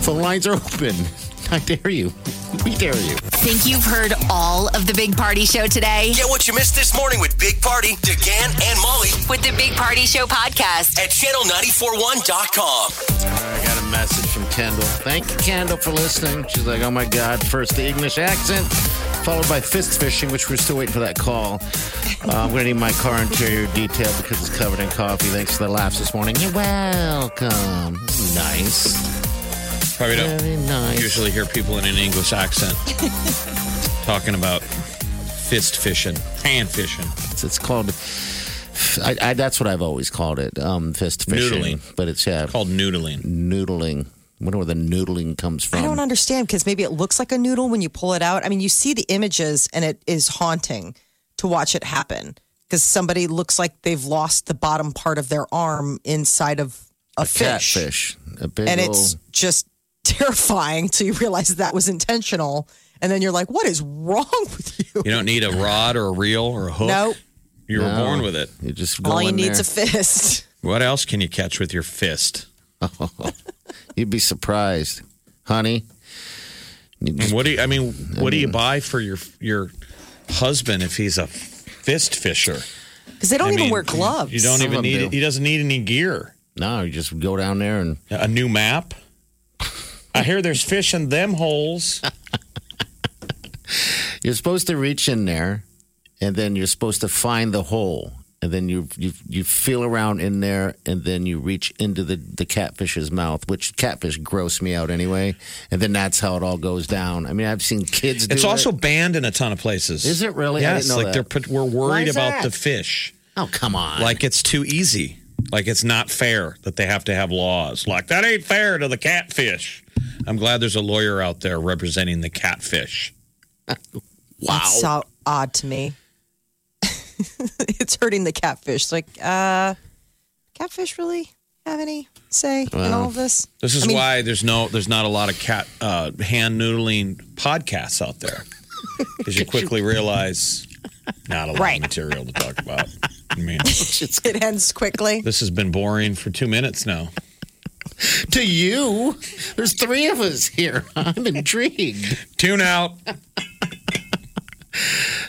Speaker 3: Phone lines are open. I dare you. We dare you.
Speaker 2: Think you've heard all of the Big Party Show today?
Speaker 6: Get what you missed this morning with Big Party, DeGan, and Molly
Speaker 2: With the Big Party Show podcast.
Speaker 6: at channel941.com.
Speaker 3: I got a message from Kendall. Thank you, Kendall, for listening. She's like, oh my God, first the English accent, followed by fist fishing, which we're still waiting for that call. Uh, I'm going to need my car interior detailed because it's covered in coffee. Thanks for the laughs this morning. You're welcome. Nice.
Speaker 4: Probably don't
Speaker 3: Very nice.
Speaker 4: usually hear people in an English accent talking about fist fishing, hand fishing.
Speaker 3: It's, it's called, I, I, that's what I've always called it, um, fist fishing.
Speaker 4: Noodling.
Speaker 3: But it's, yeah,
Speaker 4: Called noodling.
Speaker 3: noodling. wonder where the noodling comes from.
Speaker 5: I don't understand because maybe it looks like a noodle when you pull it out. I mean, you see the images and it is haunting to watch it happen because somebody looks like they've lost the bottom part of their arm inside of a, fish.
Speaker 3: Catfish. A big
Speaker 5: And
Speaker 3: old-
Speaker 5: it's just terrifying till you realize that was intentional. And then you're like, what is wrong with you?
Speaker 4: You don't need a rod or a reel or a hook.
Speaker 5: No,
Speaker 4: You were
Speaker 3: No.
Speaker 4: born with it.
Speaker 3: You just go
Speaker 5: all you
Speaker 3: in
Speaker 5: need's
Speaker 3: there.
Speaker 5: a fist.
Speaker 4: What else can you catch with your fist?
Speaker 3: You'd be surprised, honey. You
Speaker 4: And
Speaker 3: just-
Speaker 4: What do you, I mean? What
Speaker 3: Mm.
Speaker 4: do you buy for your your husband if he's a fist fisher?
Speaker 5: Because they don't
Speaker 4: I
Speaker 5: even
Speaker 4: mean,
Speaker 5: wear gloves.
Speaker 4: You don't
Speaker 3: Some
Speaker 4: even
Speaker 3: of them
Speaker 4: need.
Speaker 3: do.
Speaker 4: He doesn't need any gear.
Speaker 3: no, you just go down there and
Speaker 4: A new map. I hear there's fish in them holes.
Speaker 3: you're supposed to reach in there, and then you're supposed to find the hole, and then you you you feel around in there, and then you reach into the the catfish's mouth, which catfish gross me out anyway, and then that's how it all goes down. I mean, I've seen kids. Do
Speaker 4: It's also
Speaker 3: it.
Speaker 4: banned in a ton of places.
Speaker 3: Is it really? I
Speaker 4: Yes.
Speaker 3: didn't know
Speaker 4: like
Speaker 3: that.
Speaker 4: they're put, we're
Speaker 3: Why
Speaker 4: worried
Speaker 3: is that?
Speaker 4: about the fish.
Speaker 3: oh come on,
Speaker 4: Like it's too easy. Like it's not fair that they have to have laws. Like that ain't fair to the catfish. I'm glad there's a lawyer out there representing the catfish.
Speaker 3: wow.
Speaker 5: That's so odd to me. it's hurting the catfish. Like, uh, catfish really have any say in all of this?
Speaker 4: This is
Speaker 5: I mean-
Speaker 4: why there's no there's not a lot of cat uh, hand noodling podcasts out there because you quickly realize not a lot
Speaker 5: Right.
Speaker 4: of material to talk about. I mean,
Speaker 5: It ends quickly.
Speaker 4: this has been boring for two minutes now.
Speaker 3: to you, there's three of us here. I'm intrigued.
Speaker 4: Tune out.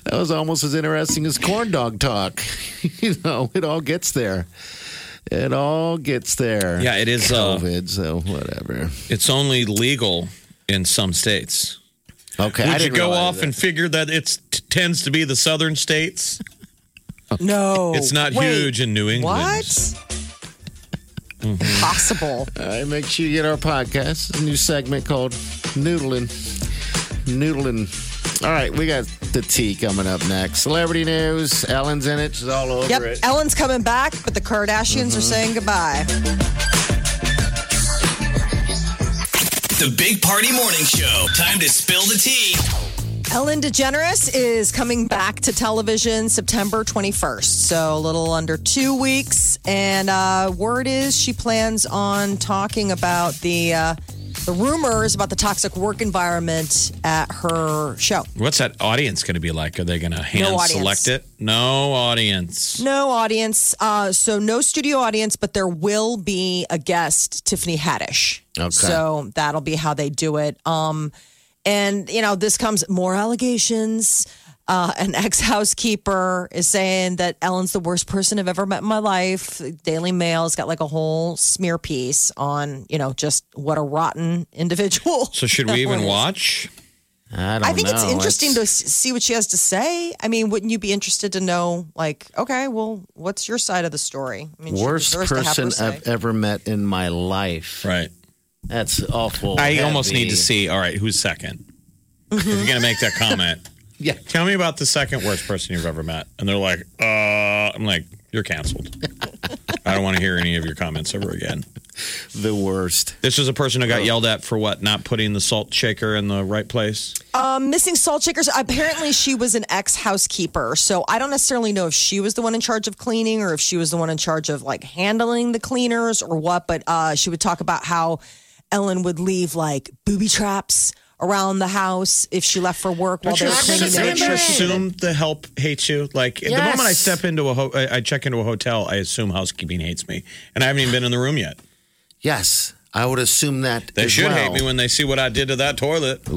Speaker 3: That was almost as interesting as corn dog talk. you know, it all gets there. It all gets there.
Speaker 4: Yeah, it is. Uh,
Speaker 3: COVID, so whatever.
Speaker 4: it's only legal in some states.
Speaker 3: Okay, I
Speaker 4: Would you
Speaker 3: didn't
Speaker 4: go
Speaker 3: realize
Speaker 4: off
Speaker 3: that.
Speaker 4: and figure that it tends to be the southern states?
Speaker 5: No.
Speaker 4: It's not
Speaker 5: Oh, Wait,
Speaker 4: huge in New England.
Speaker 5: What? Possible.
Speaker 3: All right, make sure you get our podcast. It's a new segment called Noodling. Noodling. All right, we got the tea coming up next. Celebrity news. Ellen's in it. She's all over
Speaker 5: Yep.
Speaker 3: it.
Speaker 5: Ellen's coming back, but the Kardashians
Speaker 4: Mm-hmm.
Speaker 5: are saying goodbye.
Speaker 6: The Big Party Morning Show. Time to spill the tea.
Speaker 5: Ellen DeGeneres is coming back to television September 21st, so a little under two weeks. And uh, word is she plans on talking about the uh, the rumors about the toxic work environment at her show.
Speaker 4: What's that audience going to be like? Are they going to hand
Speaker 5: audience.
Speaker 4: select it? No audience.
Speaker 5: No audience, uh, so no studio audience, but there will be a guest, Tiffany Haddish.
Speaker 3: Okay.
Speaker 5: So that'll be how they do it. Um, and you know, this comes more allegations. Uh, an ex housekeeper is saying that Ellen's the worst person I've ever met in my life. Daily Mail's got like a whole smear piece on you know just what a rotten individual.
Speaker 4: So should we even
Speaker 5: Ellen is.
Speaker 4: watch?
Speaker 3: I don't
Speaker 5: I think it's
Speaker 3: know.
Speaker 5: interesting to s- see what she has to say. I mean, wouldn't you be interested to know, like, okay, well, what's your side of the story? I mean, she
Speaker 3: Worst
Speaker 5: deserves to have her
Speaker 3: person
Speaker 5: say.
Speaker 3: I've ever met in my life.
Speaker 4: Right.
Speaker 3: That's awful.
Speaker 4: I almost
Speaker 3: heavy.
Speaker 4: need to see. All right, who's 2nd If you're going to make that comment,
Speaker 3: Yeah.
Speaker 4: tell me about the second worst person you've ever met. And they're like, uh, I'm like, you're canceled. I don't want to hear any of your comments ever again.
Speaker 3: the worst.
Speaker 4: This is a person who got yelled at for what? Not putting the salt shaker in the right place.
Speaker 5: Um, missing salt shakers. Apparently, she was an ex housekeeper. So I don't necessarily know if she was the one in charge of cleaning or if she was the one in charge of like handling the cleaners or what. But uh, she would talk about how Ellen would leave like booby traps around the house if she left for work while
Speaker 3: Don't
Speaker 5: they were
Speaker 3: you
Speaker 5: cleaning.
Speaker 3: understand
Speaker 5: to
Speaker 4: Don't you
Speaker 5: make sure
Speaker 3: that?
Speaker 5: she didn't-
Speaker 4: assume the help hates you? Like the moment I
Speaker 3: Yes.
Speaker 4: step into a, ho- I I check into a hotel, I assume housekeeping hates me, and I haven't even been in the room yet.
Speaker 3: Yes, I would assume that
Speaker 4: They
Speaker 3: as
Speaker 4: should
Speaker 3: well.
Speaker 4: hate me when they see what I did to that toilet.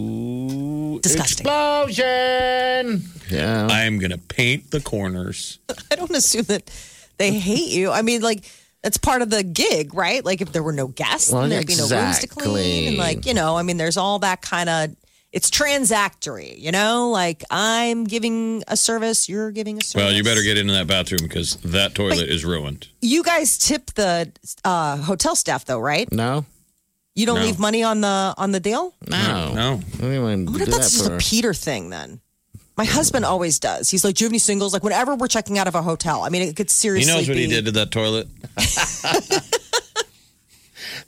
Speaker 3: Ooh,
Speaker 5: Disgusting.
Speaker 3: Explosion. Yeah.
Speaker 4: I am gonna paint the corners.
Speaker 5: I don't assume that they hate you. I mean, like that's part of the gig, right? Like if there were no guests,
Speaker 3: Well,
Speaker 5: then there'd be no rooms to clean, and
Speaker 3: exactly.
Speaker 5: like you know, I mean, there's all that kind of. It's transactory, you know. Like I'm giving a service, you're giving a service.
Speaker 4: Well, you better get into that bathroom because that toilet is ruined.
Speaker 5: You guys tip the uh, hotel staff though, right?
Speaker 3: no.
Speaker 5: You don't
Speaker 4: No.
Speaker 5: leave money on the on the deal.
Speaker 3: No.
Speaker 4: No.
Speaker 3: Anyone
Speaker 5: I
Speaker 3: do
Speaker 5: wonder if
Speaker 3: that
Speaker 5: that's just
Speaker 3: for?
Speaker 5: a Peter thing then. My husband always does. He's like, "Do you have any singles?" Like whenever we're checking out of a hotel, I mean, it could
Speaker 4: He
Speaker 5: seriously.
Speaker 4: knows what he
Speaker 5: be-
Speaker 4: did to that toilet.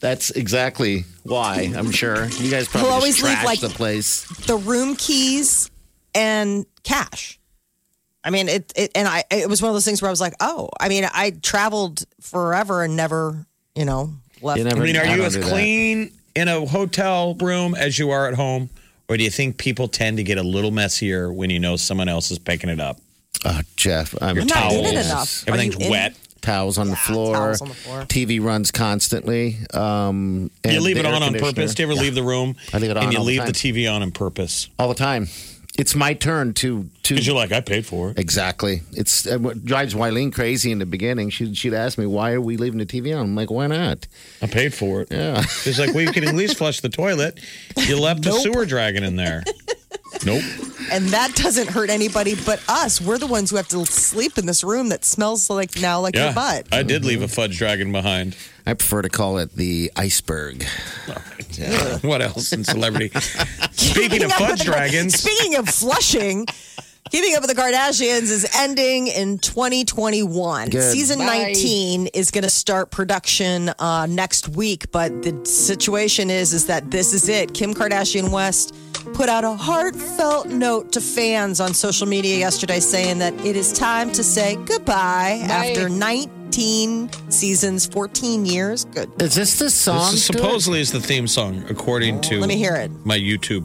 Speaker 3: that's exactly why. I'm sure you guys probably
Speaker 5: He'll
Speaker 3: just
Speaker 5: always leave,
Speaker 3: trash
Speaker 5: like-
Speaker 3: the place.
Speaker 5: the room keys and cash. I mean, it, it and I it was one of those things where I was like, oh, I mean, I traveled forever and never, you know, left.
Speaker 3: You never-
Speaker 4: I mean, are
Speaker 3: I
Speaker 4: you
Speaker 3: don't
Speaker 4: as
Speaker 3: do that.
Speaker 4: clean in a hotel room as you are at home? Or do you think people tend to get a little messier when you know someone else is picking it up?
Speaker 3: Oh, Jeff, I'm
Speaker 4: Your
Speaker 5: not in
Speaker 4: towels.
Speaker 5: it enough. Are you
Speaker 4: Everything's
Speaker 5: in-
Speaker 4: wet.
Speaker 3: Towels on the floor.
Speaker 5: towels on the floor.
Speaker 3: TV runs constantly. Um, and
Speaker 4: you leave
Speaker 3: the
Speaker 4: it
Speaker 3: air
Speaker 4: on on
Speaker 3: conditioner.
Speaker 4: purpose? Do you ever leave the room
Speaker 3: I leave it
Speaker 4: and
Speaker 3: on
Speaker 4: you
Speaker 3: all the
Speaker 4: leave
Speaker 3: time.
Speaker 4: the, TV on on purpose?
Speaker 3: all the time? It's my turn to to
Speaker 4: Because you're like, I paid for it.
Speaker 3: Exactly. It's it what drives Wileen crazy in the beginning. She she'd ask me why are we leaving the TV on. I'm like, why not?
Speaker 4: I paid for it.
Speaker 3: Yeah.
Speaker 4: She's like, well, you can at least flush the toilet. You left a sewer dragon in there. nope.
Speaker 5: and that doesn't hurt anybody but us. We're the ones who have to sleep in this room that smells like now like
Speaker 4: Yeah.
Speaker 5: your butt.
Speaker 4: I did leave a fudge dragon behind.
Speaker 3: I prefer to call it the iceberg.
Speaker 4: What else in celebrity? Speaking of
Speaker 5: Keeping Up with
Speaker 4: fudge
Speaker 5: the Kar-
Speaker 4: dragons,
Speaker 5: Speaking of flushing, Keeping Up with the Kardashians is ending in 2021.
Speaker 3: Goodbye.
Speaker 5: Season 19 is going to start production uh, next week, but the situation is is that this is it. Kim Kardashian West put out a heartfelt note to fans on social media yesterday saying that it is time to say goodbye after 19 seasons, 14 years. Good.
Speaker 3: Is this the song?
Speaker 4: this is
Speaker 3: to it?
Speaker 4: supposedly is the theme song according to
Speaker 5: Oh, Let me hear it.
Speaker 4: my YouTube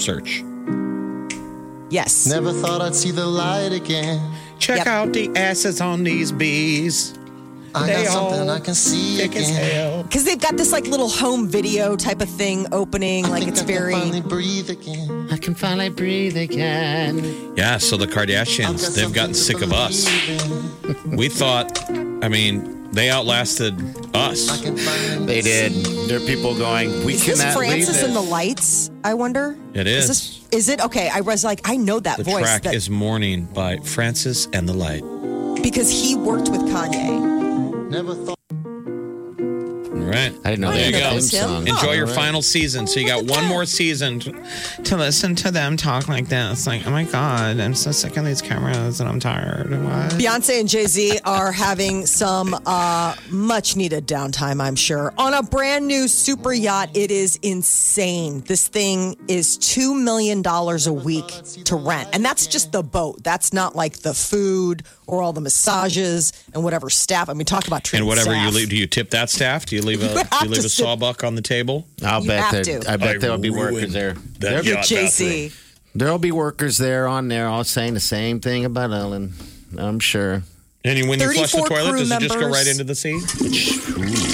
Speaker 4: search.
Speaker 5: Yes.
Speaker 8: Never thought I'd see the light again.
Speaker 4: Check
Speaker 5: Yep.
Speaker 4: out the asses on these bees.
Speaker 8: I
Speaker 4: They
Speaker 8: got something
Speaker 4: all
Speaker 8: I can see
Speaker 4: Thick as
Speaker 8: again.
Speaker 4: hell.
Speaker 5: Because they've got this like little home video type of thing opening, like
Speaker 8: Think
Speaker 5: it's
Speaker 8: I can
Speaker 5: very.
Speaker 8: finally breathe again.
Speaker 3: I can finally breathe again.
Speaker 4: Yeah, so the Kardashians, they've gotten sick of us. We thought, I mean, they outlasted us.
Speaker 3: They did. There are people going. We
Speaker 5: Is
Speaker 3: cannot
Speaker 5: this Francis
Speaker 3: leave
Speaker 5: and the Lights? I wonder.
Speaker 4: It
Speaker 5: Is
Speaker 4: is.
Speaker 5: this? Is it okay? I was like, I know that
Speaker 4: The
Speaker 5: voice
Speaker 4: track
Speaker 5: that-
Speaker 4: is "Morning" by Francis and the Light.
Speaker 5: because he worked with Kanye.
Speaker 8: Never thought
Speaker 4: All right.
Speaker 3: I didn't know
Speaker 4: There
Speaker 3: they
Speaker 4: you
Speaker 3: had
Speaker 4: go.
Speaker 3: a theme
Speaker 5: That's him.
Speaker 3: song.
Speaker 4: Enjoy your
Speaker 3: All right.
Speaker 4: final season.
Speaker 5: Oh,
Speaker 4: So you got one more season.
Speaker 7: To listen to them talk like this, like, oh my God, I'm so sick of these cameras and I'm tired. What?
Speaker 5: Beyonce and Jay Z are having some uh, much needed downtime, I'm sure, on a brand new super yacht. It is insane. This thing is $2 million a week to rent. And that's just the boat. That's not like the food or all the massages and whatever staff. I mean, talk about treating
Speaker 4: And whatever you
Speaker 5: staff.
Speaker 4: leave, do you tip that staff? Do you leave a
Speaker 5: have
Speaker 4: do you leave
Speaker 5: to
Speaker 4: a
Speaker 5: sit-
Speaker 4: sawbuck on the table?
Speaker 3: I'll
Speaker 5: You
Speaker 3: bet that
Speaker 5: have to.
Speaker 3: I bet
Speaker 4: I
Speaker 3: there'll be workers
Speaker 4: ruined
Speaker 3: there.
Speaker 4: that
Speaker 3: There'll be,
Speaker 4: yacht.
Speaker 5: Jay Z.
Speaker 3: there'll be workers there on there all saying the same thing about Ellen. I'm sure.
Speaker 4: And you, when you flush the
Speaker 5: 34
Speaker 4: toilet,
Speaker 5: crew
Speaker 4: does it just go
Speaker 5: members.
Speaker 4: right into the sea?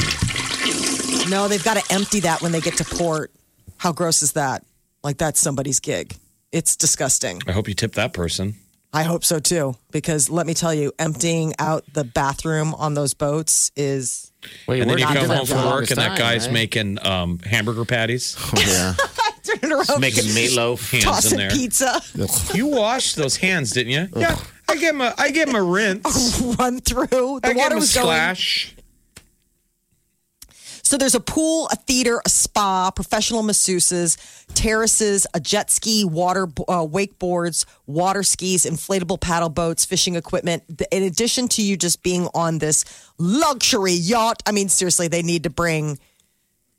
Speaker 5: No, they've got to empty that when they get to port. How gross is that? Like that's somebody's gig. It's disgusting.
Speaker 4: I hope you tip that person.
Speaker 5: I hope so too, because let me tell you, emptying out the bathroom on those boats is.
Speaker 3: Wait,
Speaker 4: And then
Speaker 3: we're
Speaker 4: you
Speaker 3: not
Speaker 4: come
Speaker 3: doing
Speaker 4: home
Speaker 3: that
Speaker 4: from
Speaker 3: for
Speaker 4: work, and that
Speaker 3: longest
Speaker 4: guy's
Speaker 3: time, right?
Speaker 4: making um, hamburger patties.
Speaker 3: yeah,
Speaker 5: Turn around,
Speaker 3: making meatloaf.
Speaker 4: Hands in
Speaker 5: tossing
Speaker 4: there.
Speaker 5: pizza,
Speaker 4: You washed those hands, didn't you?
Speaker 7: Yeah, I give him a, I give him a rinse.
Speaker 5: run through. The
Speaker 7: I give
Speaker 5: water
Speaker 7: him a
Speaker 5: was going.
Speaker 7: splash.
Speaker 5: So there's a pool, a theater, a spa, professional masseuses, terraces, a jet ski, water uh, wakeboards, water skis, inflatable paddle boats, fishing equipment. In addition to you just being on this luxury yacht, I mean, seriously, they need to bring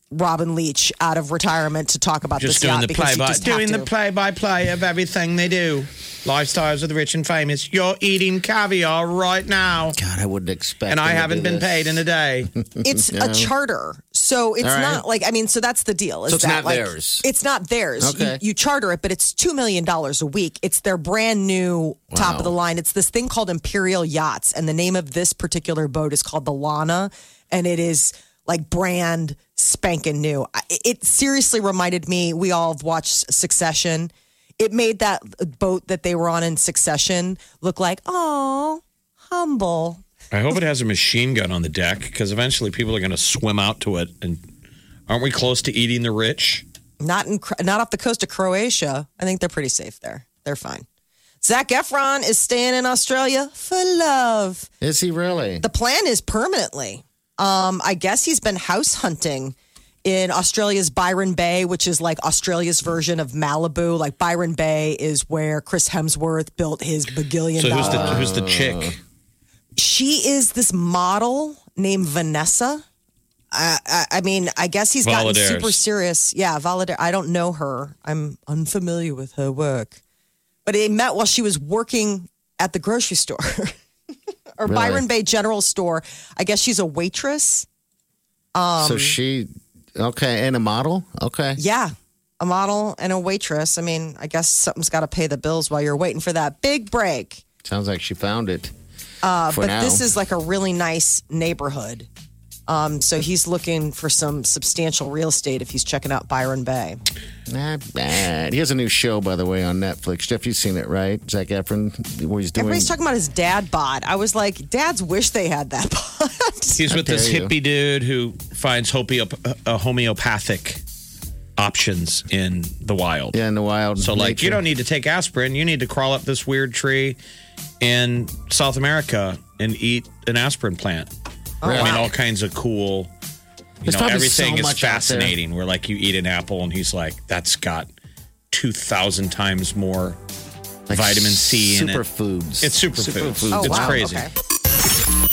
Speaker 5: Robin Leach out of retirement to talk about this
Speaker 7: Just doing
Speaker 5: yacht
Speaker 7: the
Speaker 5: because
Speaker 7: play
Speaker 5: you
Speaker 7: by
Speaker 5: just have
Speaker 7: doing the
Speaker 5: to.
Speaker 7: play by play of everything they do. Lifestyles of the rich and famous. You're eating caviar right now,
Speaker 3: God, I wouldn't expect.
Speaker 7: and I
Speaker 3: them to
Speaker 7: haven't
Speaker 3: do
Speaker 7: been
Speaker 3: this.
Speaker 7: paid in a day.
Speaker 5: it's a charter. So it's
Speaker 3: right.
Speaker 5: not like I mean, so that's the deal. Is
Speaker 3: So it's
Speaker 5: that
Speaker 3: not
Speaker 5: like,
Speaker 3: theirs.
Speaker 5: It's not theirs.
Speaker 3: Okay.
Speaker 5: You, you charter it, but it's two million dollars a week. It's their brand new top of the line. It's this thing called Imperial Yachts, and the name of this particular boat is called the Lana, and it is like brand spanking new. I- It seriously reminded me. We all have watched Succession. It made that uh, boat that they were on in Succession look like oh humble.
Speaker 4: I hope it has a machine gun on the deck because eventually people are going to swim out to it. And aren't we close to eating the rich?
Speaker 5: not in Cro- not off the coast of Croatia. I think they're pretty safe there. They're fine. Zach Efron is staying in Australia for love.
Speaker 3: Is he really?
Speaker 5: The plan is permanently. Um, I guess he's been house hunting in Australia's Byron Bay, which is like Australia's version of Malibu. Like Byron Bay is where Chris Hemsworth built his bagillion
Speaker 4: So
Speaker 5: dollar
Speaker 4: who's the who's the chick?
Speaker 5: she is this model named Vanessa. I, I, I mean, I guess he's gotten
Speaker 4: Valadares.
Speaker 5: super serious. Yeah, Valadares. I don't know her. I'm unfamiliar with her work. But they met while she was working at the grocery store or Byron Bay General Store. I guess she's a waitress.
Speaker 3: so she, okay, and a model, okay.
Speaker 5: Yeah, a model and a waitress. I mean, I guess something's got to pay the bills while you're waiting for that big break.
Speaker 3: Sounds like she found it. Uh,
Speaker 5: but this is like a really nice neighborhood. Um, so he's looking for some substantial real estate if he's checking out Byron Bay.
Speaker 3: not bad. He has a new show, by the way, on Netflix. Jeff, you've seen it, right? Zach Efron, where he's doing.
Speaker 5: Everybody's talking about his dad bod. I was like, dads wish they had that bod.
Speaker 4: He's with
Speaker 3: How
Speaker 4: this
Speaker 3: dare you.
Speaker 4: hippie dude who finds hopeop- uh, homeopathic options in the wild.
Speaker 3: yeah, in the wild.
Speaker 4: So, like, you
Speaker 3: nature.
Speaker 4: don't need to take aspirin. You need to crawl up this weird tree in South America and eat an aspirin plant. I mean, all kinds of cool. You
Speaker 3: Oh, There's
Speaker 4: know,
Speaker 3: probably
Speaker 4: everything
Speaker 3: so
Speaker 4: is
Speaker 3: much out there.
Speaker 4: fascinating. Where like you eat an apple, and he's like, "That's got two thousand times more
Speaker 3: Like
Speaker 4: vitamin C in it."
Speaker 3: Superfoods.
Speaker 4: It's superfoods.
Speaker 3: Superfoods.
Speaker 5: Oh,
Speaker 4: it's
Speaker 5: wow.
Speaker 4: crazy.
Speaker 5: Okay.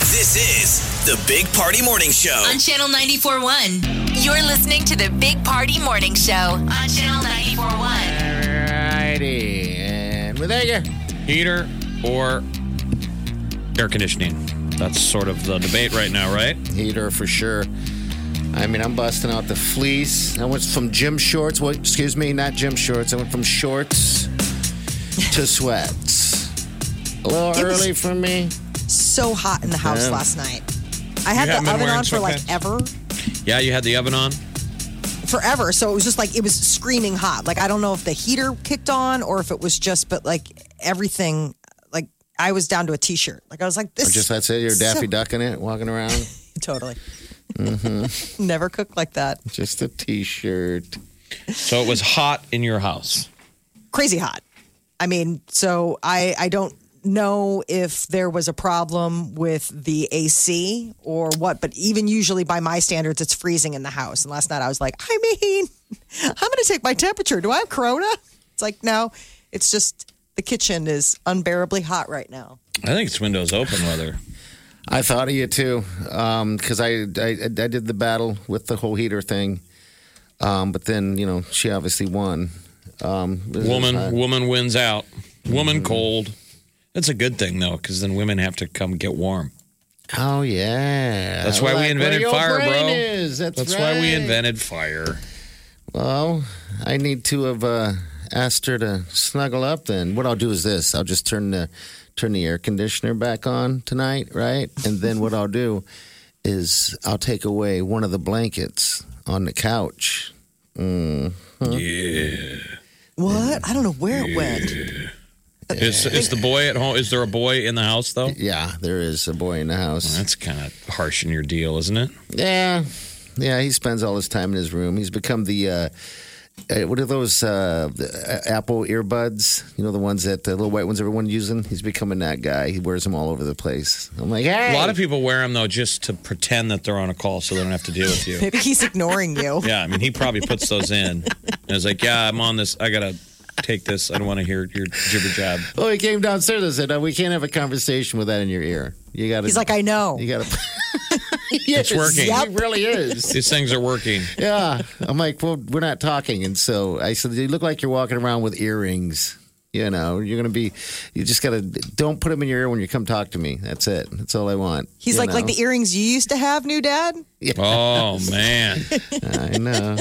Speaker 6: This is the Big Party Morning Show.
Speaker 2: On Channel 94.1, you're listening to the Big Party Morning Show on Channel 94.1.
Speaker 3: Alrighty, and we're there.
Speaker 4: Heater or air conditioning. That's sort of the debate right now, right?
Speaker 3: Heater for sure. I mean, I'm busting out the fleece. I went from gym shorts. Well, excuse me, not gym shorts. I went from shorts to sweats. A little
Speaker 5: It was-
Speaker 3: early for me.
Speaker 5: So hot in the house
Speaker 3: Yeah.
Speaker 5: last night. I had
Speaker 4: You haven't
Speaker 5: the
Speaker 4: been
Speaker 5: oven
Speaker 4: wearing
Speaker 5: on for like
Speaker 4: sweatpants?
Speaker 5: ever,
Speaker 4: Yeah, you had the oven on.
Speaker 5: forever. So it was just like, it was screaming hot. Like, I don't know if the heater kicked on or if it was just, but like everything, like I was down to a t shirt. Like, I was like, this
Speaker 3: Or just that's it. You're
Speaker 5: so-
Speaker 3: Daffy Ducking it, walking around.
Speaker 5: Totally.
Speaker 3: Mm-hmm.
Speaker 5: Never cooked like that.
Speaker 3: just a t-shirt.
Speaker 4: So it was hot in your house.
Speaker 5: Crazy hot. I mean, so I I don't know if there was a problem with the AC or what, but even usually by my standards, it's freezing in the house. And last night I was like, I mean, I'm going to take my temperature. Do I have corona? It's like no, it's just the kitchen is unbearably hot right now.
Speaker 4: I think it's windows open weather.
Speaker 3: I thought of you too, because I, I I did the battle with the whole heater thing, um, but then you know she obviously won. Um, it was
Speaker 4: Woman,
Speaker 3: fine.
Speaker 4: woman wins out. Woman cold. That's a good thing though, because then women have to come get warm.
Speaker 3: Oh yeah,
Speaker 4: That's why we
Speaker 3: where
Speaker 4: invented
Speaker 3: your
Speaker 4: fire,
Speaker 3: brain
Speaker 4: bro.
Speaker 3: is. That's,
Speaker 4: That's
Speaker 3: right.
Speaker 4: why we invented fire.
Speaker 3: Well, I need to have uh, asked her to snuggle up. Then what I'll do is this: I'll just turn the turn the air conditioner back on tonight, right? And then what I'll do is I'll take away one of the blankets on the couch.
Speaker 4: Yeah.
Speaker 5: What? I don't know where it went.
Speaker 4: Is, is the boy at home? Is there a boy in the house though?
Speaker 3: Yeah, there is a boy in the house.
Speaker 4: That's kind of harsh in your deal, isn't it?
Speaker 3: Yeah. Yeah, he spends all his time in his room. He's become the uh, uh, what are those uh, the, uh, Apple earbuds? You know, the ones that the little white ones everyone using? He's becoming that guy. He wears them all over the place. I'm like, hey.
Speaker 4: A lot of people wear them though just to pretend that they're on a call so they don't have to deal with you.
Speaker 5: Maybe he's ignoring you.
Speaker 4: Yeah, I mean, he probably puts those in. And it's like, yeah, I'm on this. I gotta take this. I don't want to hear your jibber jab.
Speaker 3: Oh, he came downstairs and said, no, "We can't have a conversation with that in your ear. You got to."
Speaker 5: He's like, I know.
Speaker 3: "You got to." It's
Speaker 4: working.
Speaker 3: It really is.
Speaker 4: These things are working.
Speaker 3: yeah, I'm like, well, we're not talking, and so I said, you look like you're walking around with earrings. You know, you're gonna be. You just gotta don't put them in your ear when you come talk to me. That's it. That's all I want.
Speaker 5: He's
Speaker 3: You
Speaker 5: like, like
Speaker 3: know?
Speaker 5: the earrings you used to have, new dad.
Speaker 4: Oh man,
Speaker 3: I know.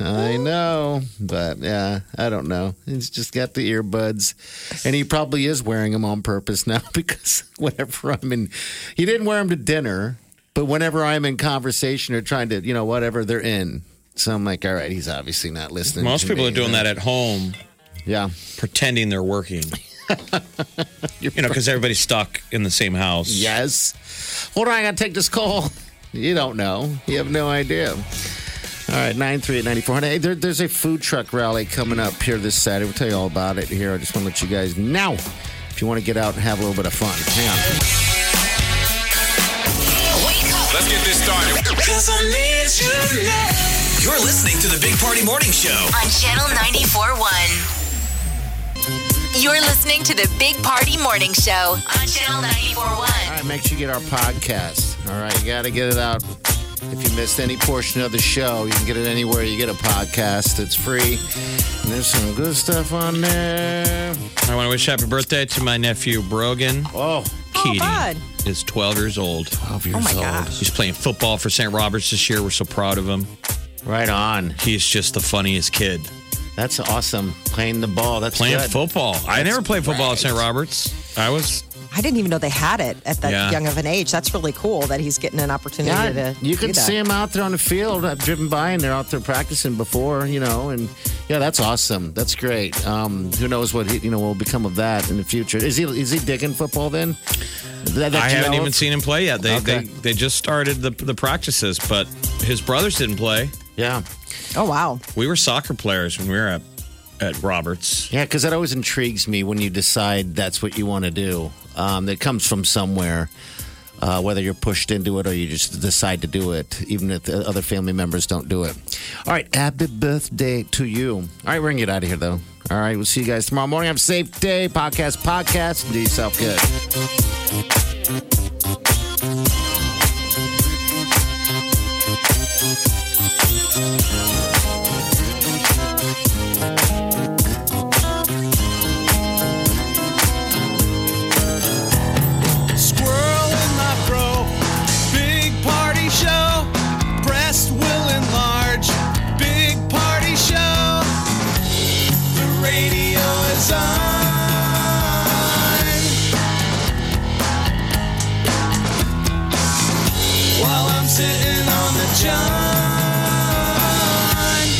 Speaker 3: I know. But yeah, I don't know. He's just got the earbuds. And he probably is wearing them on purpose now because whenever I'm in, he didn't wear them to dinner, but whenever I'm in conversation or trying to, you know, whatever, they're in. So I'm like, all right, he's obviously not listening.
Speaker 4: most
Speaker 3: to
Speaker 4: people
Speaker 3: me.
Speaker 4: are doing that at home,
Speaker 3: Yeah.
Speaker 4: pretending they're working. You know, because everybody's stuck in the same house.
Speaker 3: Yes. Hold on, I gotta take this call. You don't know. You have no idea. All right, 938-9400. Hey, there, there's a food truck rally coming up here this Saturday. We'll tell you all about it here. I just want to let you guys know if you want to get out and have a little bit of fun. Hang on.
Speaker 2: Wake up.
Speaker 6: Let's get this started. You're listening to the Big Party Morning Show.
Speaker 2: on Channel 94.1. You're listening to the Big Party Morning Show on Channel 94.1.
Speaker 3: All right, make sure you get our podcast. All right, you got to get it out. If you missed any portion of the show, you can get it anywhere you get a podcast. It's free. And there's some good stuff on there.
Speaker 4: I want to wish happy birthday to my nephew Brogan.
Speaker 3: Oh,
Speaker 4: Keating
Speaker 5: bud.
Speaker 4: is 12 years old.
Speaker 3: 12 years oh my old.
Speaker 4: He's playing football for St. Roberts this year. We're so proud of him.
Speaker 3: Right on.
Speaker 4: He's just the funniest kid.
Speaker 3: That's awesome. Playing the ball. That's
Speaker 4: Playing
Speaker 3: good.
Speaker 4: football. I
Speaker 3: That's
Speaker 4: never played football at St.
Speaker 3: right.
Speaker 4: Roberts. I was
Speaker 5: I didn't even know they had it at that
Speaker 4: Yeah.
Speaker 5: young of an age. That's really cool that he's getting an opportunity
Speaker 3: Yeah,
Speaker 5: to.
Speaker 3: you
Speaker 5: do
Speaker 3: can
Speaker 5: that.
Speaker 3: see them out there on the field. I've driven by and they're out there practicing before, you know, and yeah, that's awesome. That's great. Um, who knows what he, you know will become of that in the future? Is he is he digging football then? That- that
Speaker 4: I
Speaker 3: you
Speaker 4: haven't
Speaker 3: know
Speaker 4: even
Speaker 3: of?
Speaker 4: seen him play yet. They,
Speaker 3: Okay.
Speaker 4: they they just started the the practices, but his brothers didn't play.
Speaker 3: Yeah,
Speaker 5: Oh wow!
Speaker 4: We were soccer players when we were at at Roberts.
Speaker 3: yeah, because that always intrigues me when you decide that's what you want to do. Um, that comes from somewhere. Uh, whether you're pushed into it or you just decide to do it, even if the other family members don't do it. All right, happy birthday to you. All right, we're going to get out of here, though. All right, we'll see you guys tomorrow morning. Have a safe day. Podcast, podcast. Do yourself good.
Speaker 6: Squirrel in my bro. Big party show. Breast will enlarge. Big party show. The radio is on. While I'm sitting on the john.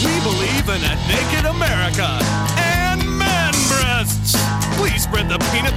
Speaker 6: We believe in a naked America and man breasts. Please spread the peanut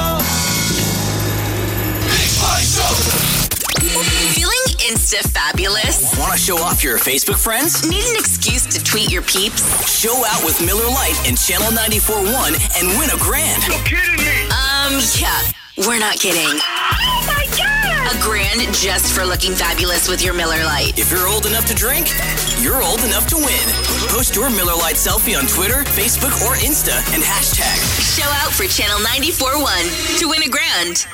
Speaker 6: Big party show.
Speaker 2: Feeling insta fabulous?
Speaker 6: Want to show off your Facebook friends?
Speaker 2: Need an excuse to tweet your peeps?
Speaker 6: Show out with Miller Lite and Channel 941 and win a grand.
Speaker 2: Um, yeah, we're not kidding. Oh my God! A grand just for looking fabulous with your Miller Lite.
Speaker 6: If you're old enough to drink, you're old enough to win. Post your Miller Lite selfie on Twitter, Facebook, or Insta and hashtag
Speaker 2: Show out for Channel 94.1 to win a grand.